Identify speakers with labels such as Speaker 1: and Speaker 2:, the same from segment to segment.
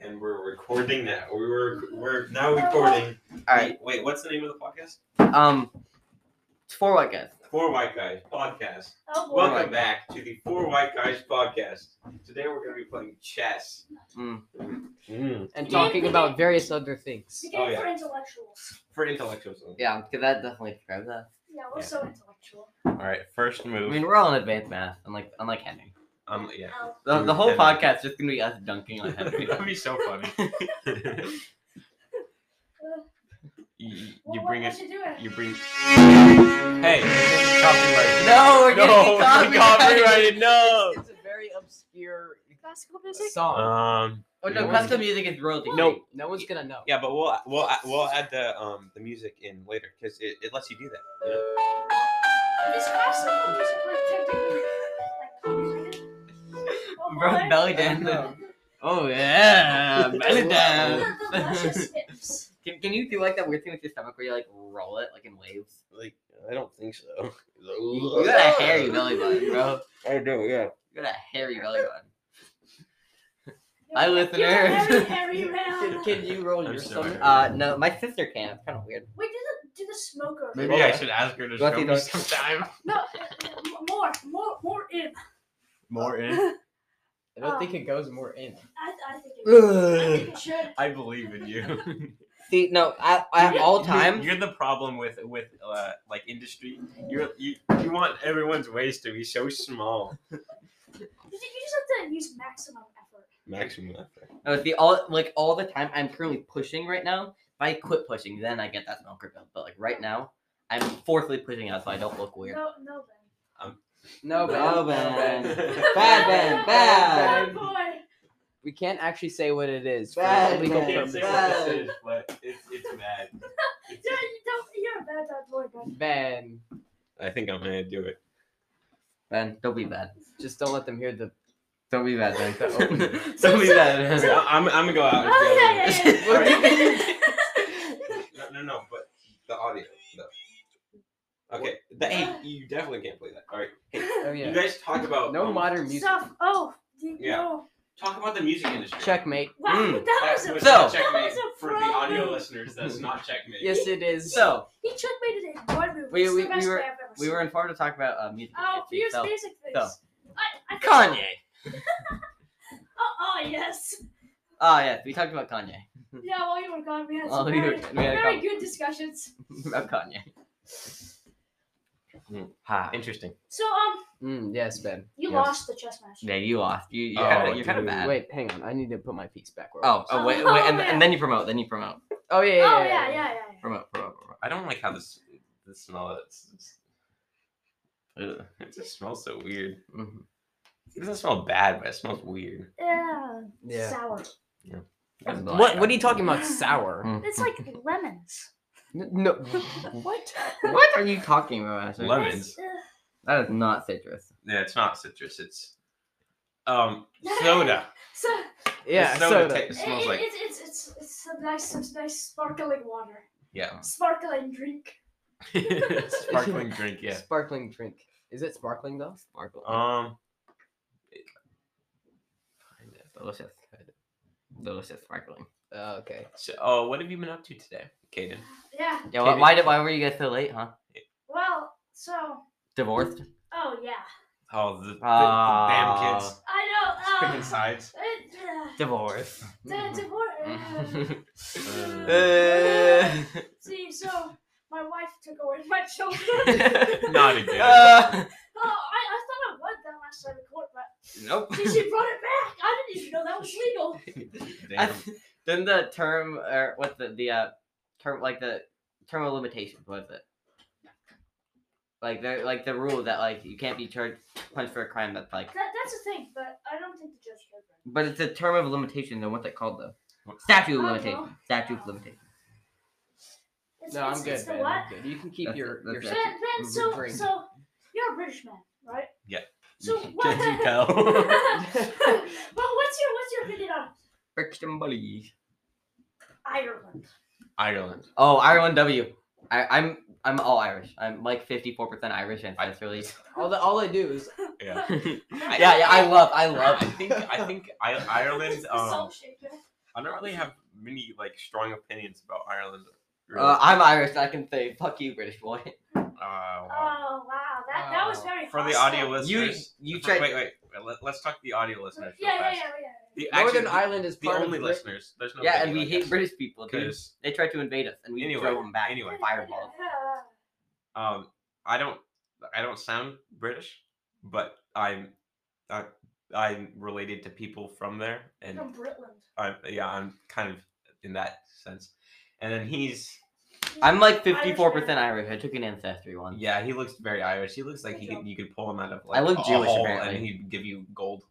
Speaker 1: and we're recording now. We were we're now recording.
Speaker 2: All right.
Speaker 1: Wait, wait, what's the name of the podcast?
Speaker 2: Um, it's four white guys.
Speaker 1: Four White Guys Podcast.
Speaker 3: Oh boy.
Speaker 1: Welcome
Speaker 2: White
Speaker 1: back to the Four White Guys Podcast. Today we're going to be playing chess.
Speaker 2: Mm.
Speaker 1: Mm.
Speaker 2: And
Speaker 3: Yeah,
Speaker 2: talking
Speaker 3: we
Speaker 2: about
Speaker 3: did.
Speaker 2: various other things.
Speaker 3: We did it
Speaker 1: Oh, yeah.
Speaker 3: for intellectuals.
Speaker 1: For intellectuals. only.
Speaker 2: Yeah, could that definitely describe that?
Speaker 3: Yeah, we're
Speaker 1: Yeah.
Speaker 3: so intellectual.
Speaker 1: All right, first
Speaker 2: I
Speaker 1: move.
Speaker 2: mean, we're all in advanced math, unlike unlike Henry.
Speaker 1: Um, yeah.
Speaker 3: Oh,
Speaker 2: The, the whole
Speaker 1: Henry.
Speaker 2: podcast is just gonna be us dunking on Henry.
Speaker 1: That'd be so funny. you, you
Speaker 3: well,
Speaker 1: bring
Speaker 3: what
Speaker 1: it.
Speaker 3: would you do it?
Speaker 1: You bring. Hey, copyright.
Speaker 2: no, we're
Speaker 1: No,
Speaker 2: getting
Speaker 1: we're copyrighted. No.
Speaker 2: It's, a very obscure
Speaker 3: Classical music?
Speaker 2: song.
Speaker 1: Um.
Speaker 2: oh no,
Speaker 1: no one's-
Speaker 2: custom music is royalty.
Speaker 1: No.
Speaker 2: free. no one's gonna know.
Speaker 1: Yeah, but we'll we'll we'll add the um the music in later because it, it lets you do that. You know?
Speaker 3: Is classical music like technically like pop music? Oh,
Speaker 2: Bro,
Speaker 3: boy.
Speaker 2: belly dance. Oh yeah, belly
Speaker 1: Um,
Speaker 3: The,
Speaker 2: dance.
Speaker 3: the luscious hips.
Speaker 2: Can, can you do like that weird thing with your stomach where you like roll it like in waves?
Speaker 1: Like I don't think so.
Speaker 2: You got a hairy belly button, bro.
Speaker 1: I do, yeah.
Speaker 2: You got a hairy belly
Speaker 3: I
Speaker 2: button. Hi, listeners.
Speaker 3: Very hairy round.
Speaker 2: Can you roll
Speaker 1: I'm
Speaker 2: your
Speaker 1: sorry.
Speaker 2: stomach? Uh, no, my sister can. It's kind of weird.
Speaker 3: Wait, do the do the smoker.
Speaker 2: Maybe I should
Speaker 1: ask her to
Speaker 2: show me
Speaker 1: sometime.
Speaker 3: No, uh, uh, more, more, more in.
Speaker 1: More
Speaker 3: in.
Speaker 2: I
Speaker 3: don't think
Speaker 2: it goes more in.
Speaker 3: I, I think it. I think it should.
Speaker 1: I believe in you.
Speaker 2: See, no, at, at all times.
Speaker 1: You're, the problem with with uh, like industry. You're, you you want everyone's waist to be so small.
Speaker 3: You ju- you just have to use maximum effort.
Speaker 1: Maximum effort.
Speaker 2: No, see, all like all the time. I'm currently pushing right now. If I quit pushing, then I get that smoker bill. But like right now, I'm forcefully pushing out so I don't
Speaker 1: Oh,
Speaker 2: look weird.
Speaker 3: No, no, Ben.
Speaker 2: No,
Speaker 1: No,
Speaker 2: man.
Speaker 3: Bad,
Speaker 2: Ben,
Speaker 3: Ben,
Speaker 2: bad.
Speaker 3: Bad boy.
Speaker 4: We can't actually say what it is for
Speaker 2: Bad
Speaker 4: legal
Speaker 2: man.
Speaker 1: can't
Speaker 4: purposes.
Speaker 1: say what this is, but it's it's bad.
Speaker 3: Yeah, you don't, you're a bad, bad boy, Ben.
Speaker 4: Ben,
Speaker 1: I think I'm gonna do it.
Speaker 2: Ben, don't be bad.
Speaker 4: just don't let them hear the.
Speaker 2: Don't be bad, Ben.
Speaker 4: Don't be
Speaker 2: don't be
Speaker 1: Okay,
Speaker 2: bad.
Speaker 1: I- I'm, I'm gonna go out. and
Speaker 3: Oh,
Speaker 1: do
Speaker 3: yeah,
Speaker 1: it.
Speaker 3: yeah, yeah.
Speaker 2: What do
Speaker 1: No,
Speaker 2: you
Speaker 1: no, no, but the audio, though. Okay, the, hey, you definitely can't play that. All right, hey,
Speaker 4: Oh
Speaker 1: you
Speaker 4: yeah.
Speaker 1: guys talk about
Speaker 4: No
Speaker 1: um,
Speaker 4: modern music.
Speaker 3: Stuff. Oh, you
Speaker 1: Yeah.
Speaker 3: know.
Speaker 1: Talk about the music industry.
Speaker 4: Checkmate.
Speaker 3: Wow, that
Speaker 2: Mm.
Speaker 1: That
Speaker 3: was a
Speaker 1: was
Speaker 2: So-
Speaker 1: not
Speaker 3: that
Speaker 1: checkmate
Speaker 3: was a
Speaker 1: for the
Speaker 3: pro
Speaker 1: audio
Speaker 3: move.
Speaker 1: listeners. That's not checkmate.
Speaker 4: Yes, it is.
Speaker 2: So
Speaker 3: He checkmated in one move.
Speaker 2: We-
Speaker 3: It's
Speaker 2: we-
Speaker 3: the
Speaker 2: we
Speaker 3: best
Speaker 2: were-
Speaker 3: way I've ever
Speaker 2: we
Speaker 3: seen.
Speaker 2: were informed to talk about uh, music.
Speaker 3: Oh,
Speaker 2: industry,
Speaker 3: fuse
Speaker 2: so-
Speaker 3: music things.
Speaker 2: so.
Speaker 3: I, I think-
Speaker 2: Kanye.
Speaker 3: Oh, oh, yes.
Speaker 2: Oh yeah, we talked about Kanye.
Speaker 3: Yeah, while you were gone, we had
Speaker 2: While
Speaker 3: some
Speaker 2: you
Speaker 3: very,
Speaker 2: were- we had a
Speaker 3: very
Speaker 2: couple-
Speaker 3: good discussions.
Speaker 2: about Kanye.
Speaker 1: Mm.
Speaker 2: Ha.
Speaker 1: Interesting.
Speaker 3: So, um,
Speaker 4: Mm, yes, Ben.
Speaker 3: you
Speaker 2: Yes.
Speaker 3: lost the chess match.
Speaker 2: Yeah, you lost. You you
Speaker 1: Oh,
Speaker 2: kind of you're kind of
Speaker 1: dude.
Speaker 2: bad.
Speaker 4: Wait, hang on. I need to put my piece back. where it
Speaker 2: Oh,
Speaker 4: was.
Speaker 2: oh wait, wait
Speaker 3: Oh,
Speaker 2: and,
Speaker 3: yeah.
Speaker 2: and then you promote. Then you promote.
Speaker 4: Oh yeah.
Speaker 3: Oh,
Speaker 4: Yeah.
Speaker 3: yeah, yeah, yeah. yeah.
Speaker 2: Promote. Promote. promote.
Speaker 1: I don't like how this this smell. It's, ugh, it just smells so weird.
Speaker 4: Mm-hmm.
Speaker 2: Mhm.
Speaker 1: It doesn't smell bad, but it smells weird.
Speaker 3: Yeah,
Speaker 4: Yeah.
Speaker 3: sour.
Speaker 2: That's black.
Speaker 4: What? What are you talking about? Sour?
Speaker 2: Mhm.
Speaker 3: It's like lemons.
Speaker 4: N- Mm. No.
Speaker 3: What?
Speaker 2: What are you talking about? Ashley?
Speaker 1: Lemon.
Speaker 3: It's, uh,
Speaker 2: That is not citrus.
Speaker 1: Yeah, it's not citrus. It's um soda.
Speaker 3: so
Speaker 1: The
Speaker 4: Yeah.
Speaker 1: soda,
Speaker 4: Soda.
Speaker 1: ta- smells
Speaker 3: it,
Speaker 1: like
Speaker 3: it's it's it's it's some nice some nice sparkling water,
Speaker 1: yeah,
Speaker 3: sparkling drink.
Speaker 1: sparkling drink. Yeah.
Speaker 4: Sparkling drink. Is it sparkling though? Sparkling.
Speaker 2: Uh-huh.
Speaker 1: Um,
Speaker 2: Delicious. Delicious sparkling.
Speaker 4: Oh, okay.
Speaker 1: so, oh, what have you been up to today, Caden?
Speaker 3: Yeah.
Speaker 2: Yeah. Why,
Speaker 1: Katie-
Speaker 2: why did why were you guys so late? Huh?
Speaker 3: Well, so
Speaker 2: Divorced.
Speaker 3: oh yeah,
Speaker 1: Oh, the, the, the damn
Speaker 2: Ah.
Speaker 1: kids
Speaker 3: I know.
Speaker 1: picking
Speaker 3: Uh,
Speaker 1: sides.
Speaker 3: it, uh,
Speaker 2: Divorce.
Speaker 3: the divorce.
Speaker 2: Uh,
Speaker 3: See, so my wife took away my children.
Speaker 1: Not again.
Speaker 2: uh,
Speaker 3: Oh, I, I thought I won that last time in court, but
Speaker 2: nope.
Speaker 3: she, she brought it back. I didn't even know that was legal.
Speaker 2: I
Speaker 1: Damn.
Speaker 2: th- then the term or what the the uh term like the term of limitations what is it like the like the rule that like you can't be charged punished for a crime that's like
Speaker 3: That, that's the thing, but I don't think the judge heard that.
Speaker 2: but it's a term of limitation then what's that called though statute of
Speaker 3: I don't
Speaker 2: limitation
Speaker 3: know.
Speaker 2: statute of limitation
Speaker 3: It's,
Speaker 4: No, I'm
Speaker 3: it's,
Speaker 4: good,
Speaker 3: It's the
Speaker 4: Ben.
Speaker 3: what?
Speaker 4: I'm good. You can keep
Speaker 2: That's
Speaker 4: your
Speaker 2: it, that's
Speaker 4: your.
Speaker 3: Ben,
Speaker 2: it.
Speaker 4: shit.
Speaker 3: Ben,
Speaker 4: Mhm.
Speaker 3: so,
Speaker 4: Drink.
Speaker 3: so you're a British man, right?
Speaker 1: Yeah.
Speaker 3: So what?
Speaker 1: Can you tell?
Speaker 3: well, what's your what's your opinion on
Speaker 2: friction bullies
Speaker 3: Ireland?
Speaker 1: Ireland.
Speaker 2: oh Ireland W I I'm I'm all Irish I'm like fifty four percent Irish ancestrally
Speaker 4: All that all I do is
Speaker 1: Yeah.
Speaker 2: yeah yeah I love I
Speaker 1: I
Speaker 2: love
Speaker 1: think I think I, Ireland.
Speaker 3: It's the
Speaker 1: Um,
Speaker 3: salt shaker.
Speaker 1: I don't really have many like strong opinions about Ireland. Really.
Speaker 2: Uh, I'm Irish. I can say fuck you, British boy.
Speaker 1: Oh, wow.
Speaker 3: Oh wow, that that was
Speaker 4: Oh.
Speaker 3: very
Speaker 1: For the
Speaker 3: hostile.
Speaker 1: audio
Speaker 2: You
Speaker 1: listeners,
Speaker 2: you
Speaker 1: for-
Speaker 2: tried.
Speaker 1: Wait, wait. Let, let's talk to the audio listeners.
Speaker 3: Yeah,
Speaker 1: real
Speaker 3: yeah, yeah,
Speaker 1: fast.
Speaker 3: yeah.
Speaker 1: The,
Speaker 4: Northern
Speaker 1: actually,
Speaker 4: Ireland is
Speaker 1: the
Speaker 4: part
Speaker 1: only
Speaker 4: of Brit-
Speaker 1: listeners. There's no.
Speaker 2: yeah, and we hate British people, dude.
Speaker 1: because
Speaker 2: They tried to invade us, and we
Speaker 1: Anyway,
Speaker 2: drove them back.
Speaker 3: yeah.
Speaker 1: anyway.
Speaker 2: Fireball.
Speaker 1: um, I don't, I don't sound British, but I'm, I, I'm related to people from there, and
Speaker 3: From Britland.
Speaker 1: I'm, yeah, I'm kind of in that sense. And then he's,
Speaker 2: I'm like
Speaker 3: Irish
Speaker 2: 54
Speaker 3: man.
Speaker 2: percent Irish. I took an ancestry one.
Speaker 1: yeah, he looks very Irish. He looks like he could, you could pull him out of like
Speaker 2: I look
Speaker 1: a
Speaker 2: Jewish,
Speaker 1: hole and
Speaker 2: apparently.
Speaker 1: he'd give you gold.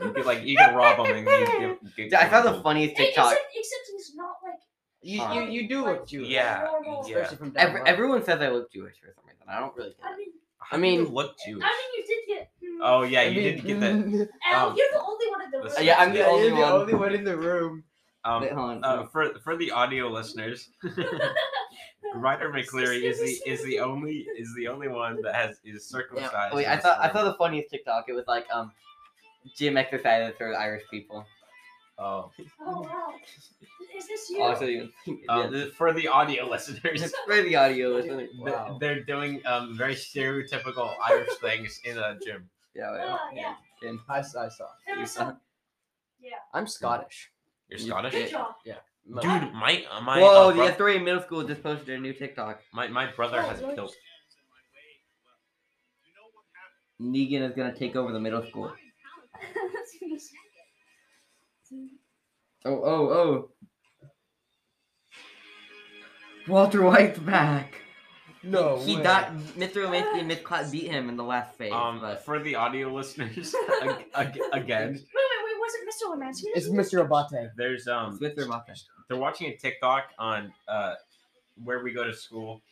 Speaker 1: You could like you could rob him and he'd give. give
Speaker 2: Dude, I
Speaker 1: you
Speaker 2: found the
Speaker 1: gold.
Speaker 2: funniest
Speaker 3: Hey,
Speaker 2: TikTok.
Speaker 3: Except, except he's not like
Speaker 4: You,
Speaker 2: Uh,
Speaker 4: you you do look Jewish.
Speaker 1: Yeah,
Speaker 3: normal.
Speaker 1: yeah.
Speaker 4: Especially from down
Speaker 2: Every,
Speaker 4: under.
Speaker 2: everyone says I look Jewish for some reason. I don't really.
Speaker 3: I mean,
Speaker 1: How
Speaker 4: I
Speaker 1: do you
Speaker 4: mean-
Speaker 1: look Jewish.
Speaker 3: I mean, you did get. hmm.
Speaker 1: Oh yeah,
Speaker 4: I
Speaker 1: you
Speaker 4: mean,
Speaker 1: did get that.
Speaker 3: Al,
Speaker 1: um,
Speaker 3: you're the only one in the room.
Speaker 1: the-
Speaker 2: Yeah, I'm the
Speaker 4: yeah,
Speaker 2: only
Speaker 4: you're the
Speaker 2: one.
Speaker 4: only one in the room.
Speaker 1: Um,
Speaker 2: Wait, hold on.
Speaker 1: uh, for for the audio listeners, Ryder McCleary is the is the only is the only one that has is circumcised.
Speaker 2: Oh, wait,
Speaker 1: and
Speaker 2: I thought I
Speaker 1: is
Speaker 2: saw the funniest TikTok. It was like um, gym exercises for Irish people.
Speaker 1: Oh,
Speaker 3: Oh wow. Is this you?
Speaker 2: Also, you-
Speaker 1: um,
Speaker 2: yeah,
Speaker 1: for the audio listeners,
Speaker 2: just for the audio listening.
Speaker 1: th-
Speaker 4: Wow.
Speaker 1: they're doing um, very stereotypical Irish things in a gym.
Speaker 2: Yeah, wait,
Speaker 3: Oh,
Speaker 2: hold on.
Speaker 3: yeah.
Speaker 2: And-
Speaker 4: I, s- I saw.
Speaker 3: There was some. Yeah.
Speaker 4: I'm Scottish.
Speaker 1: You're
Speaker 2: You-
Speaker 1: Scottish,
Speaker 3: Good job.
Speaker 4: My-
Speaker 1: dude. My uh, my
Speaker 2: Whoa,
Speaker 1: uh, bro-
Speaker 2: the three in middle school just posted a new TikTok.
Speaker 1: my my brother
Speaker 3: Oh,
Speaker 1: has a
Speaker 3: nice.
Speaker 1: kilt.
Speaker 2: Negan is gonna take over the middle school. Oh, oh, oh. Walter White's back.
Speaker 4: No.
Speaker 2: he
Speaker 4: way.
Speaker 2: got Mr. Lemansky and Miss Clot beat him in the last phase.
Speaker 1: Um,
Speaker 2: but
Speaker 1: for the audio listeners, ag- ag- again,
Speaker 3: Wait, wait, wait. Was it Mr. Lemansky?
Speaker 4: It's Mr. Abate.
Speaker 1: there's um,
Speaker 2: Smith or Moffat?
Speaker 1: they're watching a TikTok on uh, where we go to school.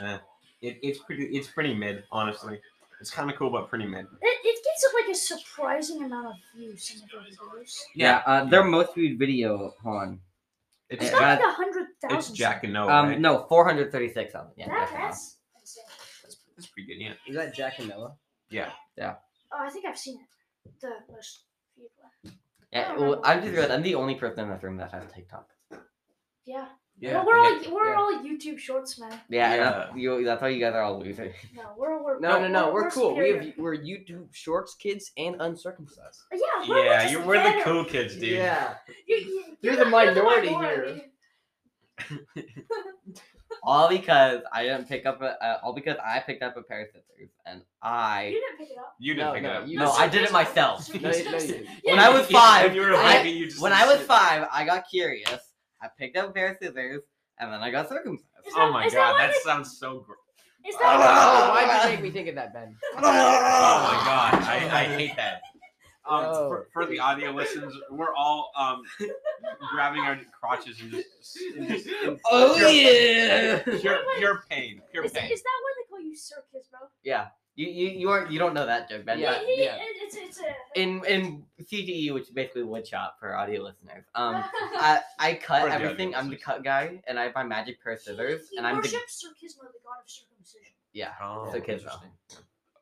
Speaker 1: Eh, it, it's pretty. It's pretty mid, honestly. It's kind of cool, but pretty mid.
Speaker 3: It, it gets like a surprising amount of views. in the videos.
Speaker 2: Yeah, uh, their most viewed video, hold on.
Speaker 1: It's
Speaker 3: It's
Speaker 2: Yeah,
Speaker 1: Jack,
Speaker 3: not like a hundred thousand.
Speaker 1: it's Jack and Noah.
Speaker 2: Um,
Speaker 1: right?
Speaker 2: no, 436 of them. Yeah,
Speaker 3: That,
Speaker 2: that's enough.
Speaker 3: that's insane.
Speaker 1: that's, that's pretty good. Yeah.
Speaker 4: Is that Jack and Noah?
Speaker 3: Oh, I think I've seen it. The most viewed one.
Speaker 2: Yeah, well, I'm just realized I'm the only person in this room that has TikTok.
Speaker 3: Yeah. No, we're all we're
Speaker 4: yeah.
Speaker 3: all YouTube Shorts, man.
Speaker 2: Yeah, and
Speaker 1: Yeah.
Speaker 2: that's, you, that's why you guys are all losers.
Speaker 3: No, we're we're
Speaker 4: No, no, no. We're, cool. We
Speaker 3: superior.
Speaker 4: have we're YouTube shorts kids and uncircumcised.
Speaker 3: Yeah, we're, we're
Speaker 1: Yeah,
Speaker 3: just
Speaker 1: you're we're the
Speaker 3: better.
Speaker 1: cool kids, dude.
Speaker 4: Yeah.
Speaker 3: You- you-
Speaker 4: You're
Speaker 3: not-
Speaker 4: the minority here.
Speaker 2: All because I didn't pick up a, uh, all because I picked up a pair of scissors and
Speaker 3: You
Speaker 2: I.
Speaker 3: didn't pick it up.
Speaker 1: You didn't
Speaker 4: No,
Speaker 1: pick it
Speaker 4: no,
Speaker 1: up.
Speaker 4: you-
Speaker 2: No, I did it myself.
Speaker 4: No, you- no, you-
Speaker 3: Yeah,
Speaker 2: When I was five,
Speaker 1: When you were a
Speaker 2: I-
Speaker 1: baby, you just
Speaker 2: When I was five, I got curious. I picked up a pair of scissors and then I got circumcised.
Speaker 3: Is
Speaker 1: Oh
Speaker 3: that-
Speaker 1: my
Speaker 3: is that
Speaker 1: god,
Speaker 3: why
Speaker 1: that
Speaker 3: they-
Speaker 1: sounds so gross.
Speaker 3: Is
Speaker 2: Ah!
Speaker 3: that
Speaker 4: Oh, Why did you make me think of that, Ben?
Speaker 1: Oh my god, I, I hate that. Um,
Speaker 2: Oh.
Speaker 4: No.
Speaker 1: for, for the audio listeners, we're all um, grabbing our crotches and just, and just in
Speaker 2: Oh
Speaker 1: pure-
Speaker 2: yeah!
Speaker 1: pure, pure pain, pure
Speaker 3: is, that,
Speaker 1: pain.
Speaker 3: is that why they call you circus, bro?
Speaker 2: You you you aren't you don't know that joke, Ben.
Speaker 4: Yeah,
Speaker 2: but
Speaker 3: He- he-
Speaker 4: yeah.
Speaker 3: it- it's it's a.
Speaker 2: In in CTE, which is basically woodshop for audio listeners, um, I I cut
Speaker 1: For the audio
Speaker 2: everything. I'm the
Speaker 1: listeners.
Speaker 2: cut guy, and I have my magic pair of scissors,
Speaker 3: He- he
Speaker 2: and I'm the
Speaker 3: worships Circismo, the god of circumcision.
Speaker 2: yeah.
Speaker 1: Oh,
Speaker 2: It's okay, though.
Speaker 1: interesting.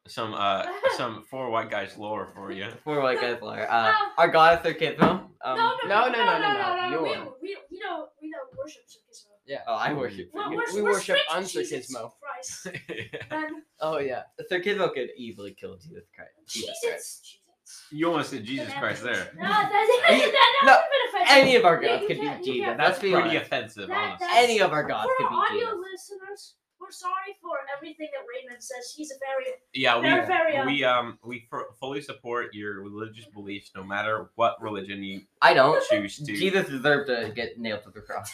Speaker 1: Some uh, some four white guys lore for you.
Speaker 2: Before white guys liar. Uh, our goddess Circismo. Um,
Speaker 3: Um, no, no,
Speaker 4: no, no, no, no, no,
Speaker 3: no,
Speaker 4: you're-
Speaker 3: We, we, we don't we don't worship Circismo.
Speaker 2: Oh, I worship.
Speaker 3: We're-
Speaker 4: We-
Speaker 3: we're-
Speaker 4: we
Speaker 3: we're
Speaker 4: worship
Speaker 3: strict Jesus
Speaker 4: uncircumcised.
Speaker 3: Christ. And
Speaker 4: Oh yeah.
Speaker 2: Circismo could easily kill Jesus Christ. Jesus Christ.
Speaker 3: Jesus. Jesus.
Speaker 1: you almost said Jesus
Speaker 3: That
Speaker 1: Christ
Speaker 3: happens.
Speaker 1: there.
Speaker 3: No, that, that, that, that would
Speaker 2: No,
Speaker 3: have been offensive.
Speaker 2: Any of our
Speaker 3: Yeah,
Speaker 2: gods
Speaker 3: you
Speaker 2: could
Speaker 3: can't-
Speaker 2: beat
Speaker 3: you
Speaker 2: Jesus.
Speaker 3: can't-
Speaker 2: Let's
Speaker 1: That's
Speaker 2: be
Speaker 1: pretty
Speaker 2: honest.
Speaker 1: offensive,
Speaker 3: That-
Speaker 1: honestly.
Speaker 3: that's-
Speaker 2: Any of our gods
Speaker 3: For
Speaker 2: could
Speaker 3: our
Speaker 2: beat
Speaker 3: audio
Speaker 2: Jesus.
Speaker 3: listeners, we're sorry for everything that Raymond says. He's a very
Speaker 1: Yeah, Uh, we
Speaker 3: They're very
Speaker 1: we um we f- fully support your religious beliefs, no matter what religion you
Speaker 2: I don't.
Speaker 1: choose to.
Speaker 2: Jesus deserved to get nailed to the cross.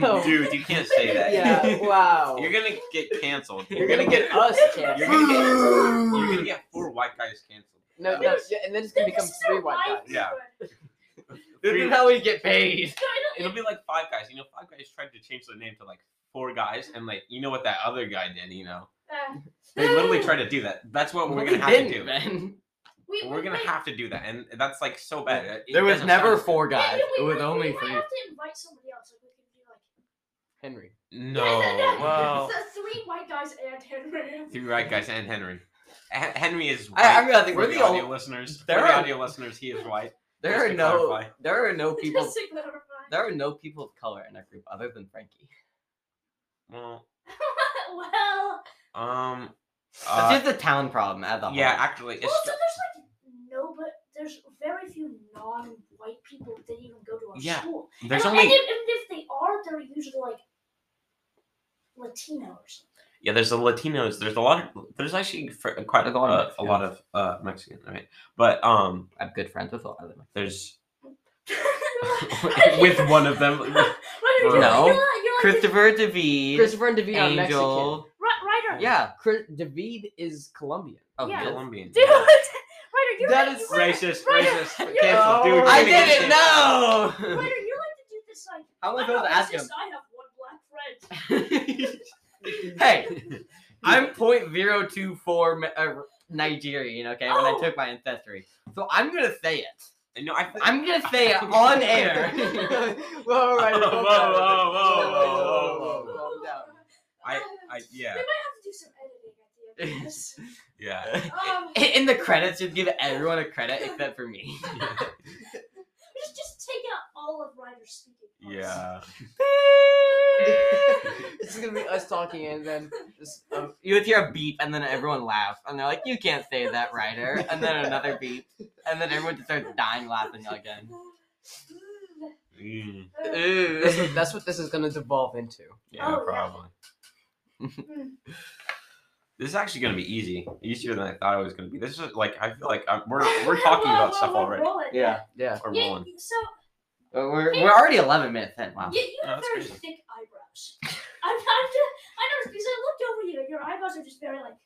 Speaker 4: No.
Speaker 1: Dude, you can't say that.
Speaker 4: Yeah. Wow.
Speaker 1: You're gonna get canceled.
Speaker 4: You're gonna get us canceled.
Speaker 1: You're gonna get, you're gonna get four white guys canceled.
Speaker 4: No, no, yeah, and then it's gonna become
Speaker 3: this is
Speaker 4: three
Speaker 3: our
Speaker 4: white guys.
Speaker 1: Yeah.
Speaker 3: livelihood.
Speaker 2: this
Speaker 1: Three-
Speaker 2: is how we get paid.
Speaker 3: No, I don't-
Speaker 1: It'll be like five guys. You know, five guys tried to change their name to like four guys, and like you know what that other guy did. You know,
Speaker 3: uh,
Speaker 1: they literally tried to do that. That's what we're
Speaker 2: We
Speaker 1: gonna have to
Speaker 2: didn't,
Speaker 1: do.
Speaker 2: Ben.
Speaker 3: we,
Speaker 1: We're gonna
Speaker 3: we-
Speaker 1: have to do that, and that's like so bad. It- it
Speaker 2: There was
Speaker 1: doesn't
Speaker 2: never
Speaker 1: sound-
Speaker 2: four
Speaker 3: yeah,
Speaker 2: guys.
Speaker 3: yeah, we
Speaker 2: it was
Speaker 3: might-
Speaker 2: only
Speaker 3: we might
Speaker 2: three.
Speaker 3: have to invite somebody else. Like we can do like
Speaker 4: Henry.
Speaker 1: No,
Speaker 3: Yeah, yeah, yeah.
Speaker 1: well,
Speaker 3: the three white guys and Henry.
Speaker 1: three white guys and Henry. H- Henry is white.
Speaker 2: I, I really think
Speaker 1: We're
Speaker 2: we're
Speaker 1: the
Speaker 2: the
Speaker 1: audio
Speaker 2: only.
Speaker 1: listeners.
Speaker 2: There
Speaker 1: We're the
Speaker 2: are-
Speaker 1: audio listeners. He is white.
Speaker 2: There
Speaker 1: Just
Speaker 2: are
Speaker 1: to
Speaker 2: no
Speaker 1: clarify.
Speaker 2: there are no people
Speaker 3: Just to clarify.
Speaker 2: there are no people of color in our group other than Frankie.
Speaker 1: Well,
Speaker 3: well,
Speaker 1: um,
Speaker 2: That's
Speaker 1: uh,
Speaker 2: just a town problem at the
Speaker 1: yeah,
Speaker 2: heart.
Speaker 1: actually,
Speaker 3: well,
Speaker 1: it's
Speaker 3: so there's like no, but there's very few non-white people that even go to our
Speaker 1: Yeah,
Speaker 3: school.
Speaker 1: there's
Speaker 3: and,
Speaker 1: only
Speaker 3: and if, and if they are, they're usually like Latino or something.
Speaker 1: yeah, there's the Latinos. There's a lot of there's actually fr- quite a,
Speaker 2: There's a lot of
Speaker 1: a lot of uh Mexican, right? But um,
Speaker 2: I'm good friends with a lot of them.
Speaker 1: there's
Speaker 3: Wait,
Speaker 1: with one of them.
Speaker 3: you're like-
Speaker 2: No.
Speaker 3: you're like- you're like the-
Speaker 2: Christopher DeVille,
Speaker 4: Christopher and David are Mexican. Uh,
Speaker 2: Angel.
Speaker 3: Ry- Ryder.
Speaker 2: Yeah.
Speaker 4: Chris, David is Colombian.
Speaker 2: Oh,
Speaker 3: Yeah.
Speaker 2: yeah.
Speaker 1: Colombian.
Speaker 3: Dude, Ryder, you're
Speaker 4: That
Speaker 3: like,
Speaker 4: is
Speaker 3: you're like-
Speaker 1: Racist,
Speaker 3: Ryder,
Speaker 1: racist,
Speaker 3: you're-
Speaker 1: cancel,
Speaker 4: I
Speaker 1: dude. we're gonna
Speaker 4: did
Speaker 1: get
Speaker 4: it,
Speaker 1: canceled.
Speaker 2: No.
Speaker 3: Ryder, you like to do this like.
Speaker 2: How am I
Speaker 3: I'm
Speaker 2: supposed
Speaker 3: not
Speaker 2: to ask
Speaker 3: racist,
Speaker 2: him?
Speaker 3: I have one black friend.
Speaker 2: hey, I'm point zero two four uh, Nigerian. Okay, when I
Speaker 3: Oh.
Speaker 2: took my ancestry, so I'm gonna say it.
Speaker 1: No, I,
Speaker 2: I'm gonna say it on air.
Speaker 4: whoa, right, calm
Speaker 1: Whoa, whoa,
Speaker 4: down.
Speaker 1: whoa, whoa,
Speaker 4: Whoa, whoa, whoa, whoa, calm down.
Speaker 1: I,
Speaker 3: Um,
Speaker 1: I, yeah,
Speaker 3: We might have to do some editing at the end of this.
Speaker 1: yeah.
Speaker 3: Um,
Speaker 2: In the credits, just give everyone a credit except for me.
Speaker 3: just, just take out all of Ryder's speaking. parts.
Speaker 1: Yeah.
Speaker 4: This is gonna be us talking and then just um,
Speaker 2: You would hear a beep, and then everyone laughs, and they're like, "You can't say that, Ryder." And then another beep, and then everyone just starts dying laughing again.
Speaker 3: Mm,
Speaker 1: Mm,
Speaker 3: uh,
Speaker 4: that's
Speaker 2: Ooh.
Speaker 4: what, that's what this is gonna devolve into.
Speaker 1: yeah,
Speaker 3: Oh, yeah.
Speaker 1: probably.
Speaker 3: mm.
Speaker 1: This is actually going to be easy, easier than I thought it was going to be. This is like I feel like I'm, we're we're talking
Speaker 3: Whoa,
Speaker 1: about
Speaker 3: whoa,
Speaker 1: stuff
Speaker 3: whoa,
Speaker 1: already.
Speaker 3: roll it.
Speaker 4: Yeah.
Speaker 1: We're
Speaker 3: Yeah,
Speaker 1: rolling.
Speaker 3: so
Speaker 2: We're, we're already 11 minutes in. Wow.
Speaker 3: you, you
Speaker 1: Oh,
Speaker 3: have
Speaker 1: that's
Speaker 3: very
Speaker 1: crazy.
Speaker 3: thick eyebrows. I'm, I'm just, I noticed because I looked over you and your eyebrows are just very like.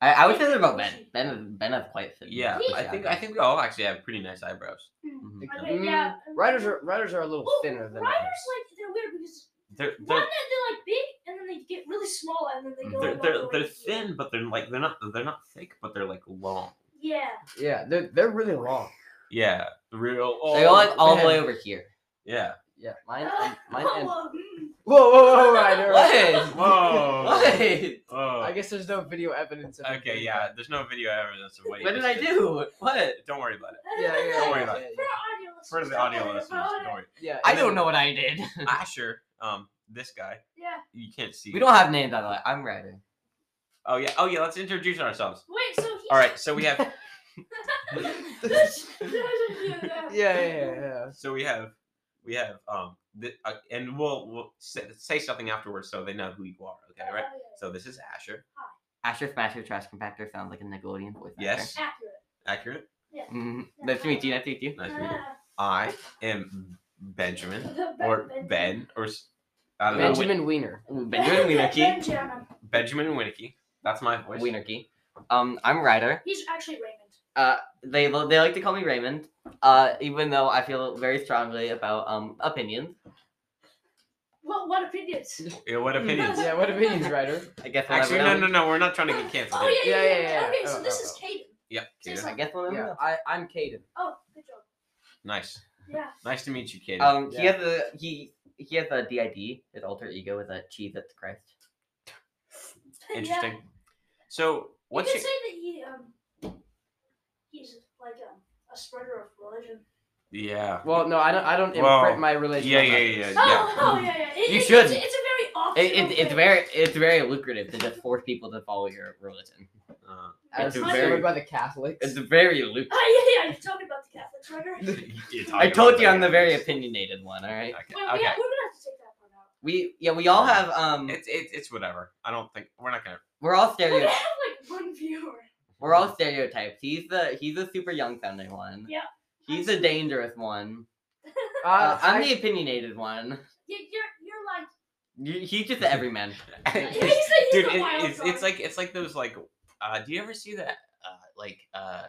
Speaker 2: I, I would say that about Ben. Ben, is- ben is quite thin.
Speaker 1: Yeah, I think I think we all actually have pretty nice eyebrows.
Speaker 3: hmm, Okay, yeah.
Speaker 4: mm, Writers Mm-hmm. are writers are a little
Speaker 3: Well,
Speaker 4: thinner than
Speaker 3: Ryder's
Speaker 4: ours.
Speaker 3: like they're weird because
Speaker 1: They're
Speaker 3: one
Speaker 1: they're
Speaker 3: that they're like big and then they get really small and then they go.
Speaker 1: they're
Speaker 3: along
Speaker 1: they're,
Speaker 3: the way
Speaker 1: they're
Speaker 3: with you.
Speaker 1: thin, but they're like they're not they're not thick, but they're like long.
Speaker 3: Yeah.
Speaker 4: Yeah, they're they're really long.
Speaker 1: Yeah, real. oh,
Speaker 2: They go like all the
Speaker 4: man.
Speaker 2: way over here.
Speaker 1: Yeah.
Speaker 4: Yeah, mine
Speaker 3: Uh,
Speaker 4: and mine and
Speaker 3: whoa, mm.
Speaker 4: whoa, whoa, whoa, Ryder.
Speaker 2: What?
Speaker 1: Whoa.
Speaker 2: What?
Speaker 1: Whoa.
Speaker 4: I guess there's no video evidence. Of it.
Speaker 1: okay. Yeah. There's no video evidence of what. you
Speaker 2: What did I
Speaker 1: just
Speaker 2: do? What?
Speaker 1: Don't worry about it.
Speaker 4: Yeah, yeah,
Speaker 1: Don't worry
Speaker 4: yeah,
Speaker 1: about
Speaker 4: yeah,
Speaker 3: hmm. For audio listeners.
Speaker 1: For the
Speaker 3: don't
Speaker 1: audio
Speaker 3: worry
Speaker 1: listeners,
Speaker 3: about
Speaker 1: don't
Speaker 3: it.
Speaker 1: worry.
Speaker 4: yeah. Yeah,
Speaker 2: I
Speaker 4: and
Speaker 2: don't
Speaker 4: then-
Speaker 2: know what I did.
Speaker 1: Asher, um, this guy,
Speaker 3: Yeah.
Speaker 1: you can't see.
Speaker 2: We don't have names by the way. I'm Ryder.
Speaker 1: Oh yeah. Oh yeah. Let's introduce ourselves.
Speaker 3: Wait. So he.
Speaker 1: All right. So we have.
Speaker 4: Yeah, yeah, yeah, yeah.
Speaker 1: so we have. We have. Um. Th- uh, and we'll we'll say, say something afterwards so they know who you are. Okay. Right. So this is Asher.
Speaker 2: Asher Smasher Trash Compactor sounds like a Nickelodeon voice. actor.
Speaker 1: Yes.
Speaker 3: Accurate.
Speaker 1: Accurate.
Speaker 2: Mhm. Nice to meet you. Nice to meet you.
Speaker 1: Nice to meet you.
Speaker 3: Ah,
Speaker 1: I am Uh, Benjamin
Speaker 3: the Ben-
Speaker 1: or Ben or s- I don't know.
Speaker 4: Benjamin Weiner.
Speaker 2: Ooh, Benjamin Wienerkey.
Speaker 3: Benjamin.
Speaker 1: Benjamin and Winicky. That's my voice.
Speaker 2: Wienerkey. Um, I'm Ryder.
Speaker 3: He's actually Raymond.
Speaker 2: They lo- they like to call me Raymond. Uh, even though I feel very strongly about um opinions.
Speaker 3: What? What opinions?
Speaker 1: Yeah, What opinions?
Speaker 4: Yeah, what opinions, Ryder?
Speaker 2: I guess we'll
Speaker 1: Actually,
Speaker 2: never
Speaker 1: no,
Speaker 2: know.
Speaker 1: no, no. We're not trying to get canceled.
Speaker 3: Oh
Speaker 1: here.
Speaker 3: yeah, yeah,
Speaker 4: Yeah,
Speaker 3: yeah.
Speaker 4: yeah, yeah.
Speaker 3: Okay, so
Speaker 4: Oh,
Speaker 3: this
Speaker 4: oh,
Speaker 3: is
Speaker 4: oh.
Speaker 3: Caden.
Speaker 1: Yep.
Speaker 3: So
Speaker 1: Kaden.
Speaker 3: it's
Speaker 2: I guess we'll never
Speaker 4: Yeah,
Speaker 2: know.
Speaker 4: I I'm Caden.
Speaker 3: Oh, good job.
Speaker 1: Nice.
Speaker 3: Yeah.
Speaker 1: Nice to meet you, Kaden.
Speaker 2: Um, he
Speaker 4: Yeah.
Speaker 2: has a he he has a DID. His alter ego is a cheese that's Christ.
Speaker 1: Interesting. So
Speaker 3: Yeah. You
Speaker 1: what's
Speaker 3: could
Speaker 1: your,
Speaker 3: say that he um he's like um, a spreader of religion.
Speaker 1: yeah.
Speaker 4: Well, no, I don't. I don't
Speaker 1: Well,
Speaker 4: imprint my relation.
Speaker 1: Yeah,
Speaker 4: on
Speaker 1: yeah,
Speaker 4: others.
Speaker 5: Uh,
Speaker 1: yeah, yeah.
Speaker 3: Oh, oh yeah, yeah. It,
Speaker 2: You
Speaker 3: it's-
Speaker 2: should.
Speaker 3: It's, it's a very optional.
Speaker 2: It, it, it's
Speaker 3: thing.
Speaker 2: very it's very lucrative to just force people to follow your religion.
Speaker 1: Uh,
Speaker 4: As
Speaker 2: It's
Speaker 4: discovered
Speaker 2: very-
Speaker 4: by the Catholics.
Speaker 2: It's very lucrative.
Speaker 3: Oh yeah, yeah. You're talking about the Catholics, right? Wait,
Speaker 1: you're talking
Speaker 2: I told
Speaker 1: about
Speaker 2: you I'm the
Speaker 1: that.
Speaker 2: very opinionated one. All right.
Speaker 1: Okay.
Speaker 3: we, are gonna
Speaker 1: okay.
Speaker 3: have to take that one out.
Speaker 2: We yeah we all have um
Speaker 1: It's it's it's whatever. I don't think we're not gonna.
Speaker 2: we're all
Speaker 3: We're gonna
Speaker 2: stereo
Speaker 3: have like one viewer.
Speaker 2: we're all stereotyped. He's the he's the super young sounding one.
Speaker 3: Yeah.
Speaker 2: He's the dangerous one.
Speaker 4: Uh,
Speaker 2: Uh, I'm
Speaker 4: I-
Speaker 2: the opinionated one.
Speaker 3: You, you're you're like
Speaker 2: You- He's just the everyman.
Speaker 3: he's, the- he's
Speaker 1: Dude,
Speaker 3: the
Speaker 1: it,
Speaker 3: wild
Speaker 1: it's it's
Speaker 3: card.
Speaker 1: like it's like those like. Uh, do you ever see that? Uh, like uh,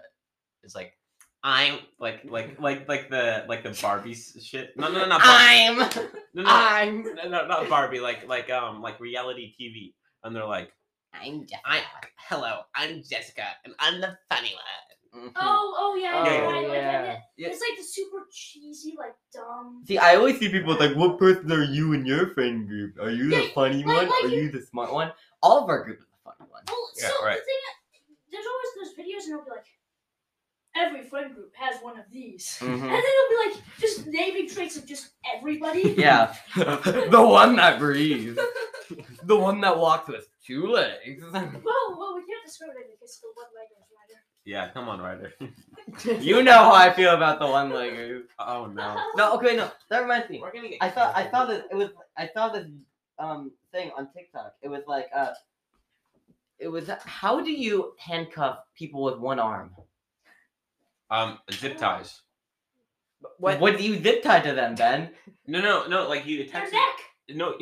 Speaker 1: it's like I'm like like like like the like the Barbie s- shit. No, no, no, not Barbie.
Speaker 2: I'm
Speaker 4: I'm.
Speaker 1: No, no, no, no, not Barbie. Like like um like reality TV, and they're like,
Speaker 2: I'm just
Speaker 1: I hello, I'm Jessica, and I'm the funny one.
Speaker 2: Mm-hmm.
Speaker 3: Oh, oh yeah, yeah,
Speaker 1: Yeah,
Speaker 3: right. Like,
Speaker 4: yeah.
Speaker 3: and it-
Speaker 2: Hmm. Yeah.
Speaker 3: It's like the super cheesy, like dumb.
Speaker 2: See, I always see people like, "What person are you in your friend group? Are you the
Speaker 3: Yeah,
Speaker 2: funny
Speaker 3: like-
Speaker 2: one?
Speaker 3: like
Speaker 2: Are
Speaker 3: you-
Speaker 2: you the smart one?" All of our group is the funny one.
Speaker 3: Well,
Speaker 1: Yeah,
Speaker 3: so
Speaker 1: right.
Speaker 3: the thing, there's always those videos, and I'll be like, every friend group has one of these. And
Speaker 2: Mhm.
Speaker 3: then it'll be like just naming traits of just everybody.
Speaker 2: Yeah.
Speaker 4: the one that breathes. the one that walks with two legs.
Speaker 3: Well, well, we can't discriminate against the one-leggers, right?
Speaker 1: Yeah, come on, Ryder.
Speaker 2: You know how I feel about the one legger.
Speaker 1: Oh no.
Speaker 2: No, okay, no. That reminds me.
Speaker 4: We're gonna get
Speaker 2: I thought I saw this. It was I saw this um thing on TikTok. It was like uh, it was how do you handcuff people with one arm?
Speaker 1: Um, zip ties.
Speaker 2: What, do you zip tie to them, Ben?
Speaker 1: No, no, no. Like you
Speaker 3: Their
Speaker 1: attach.
Speaker 3: neck.
Speaker 1: it- No.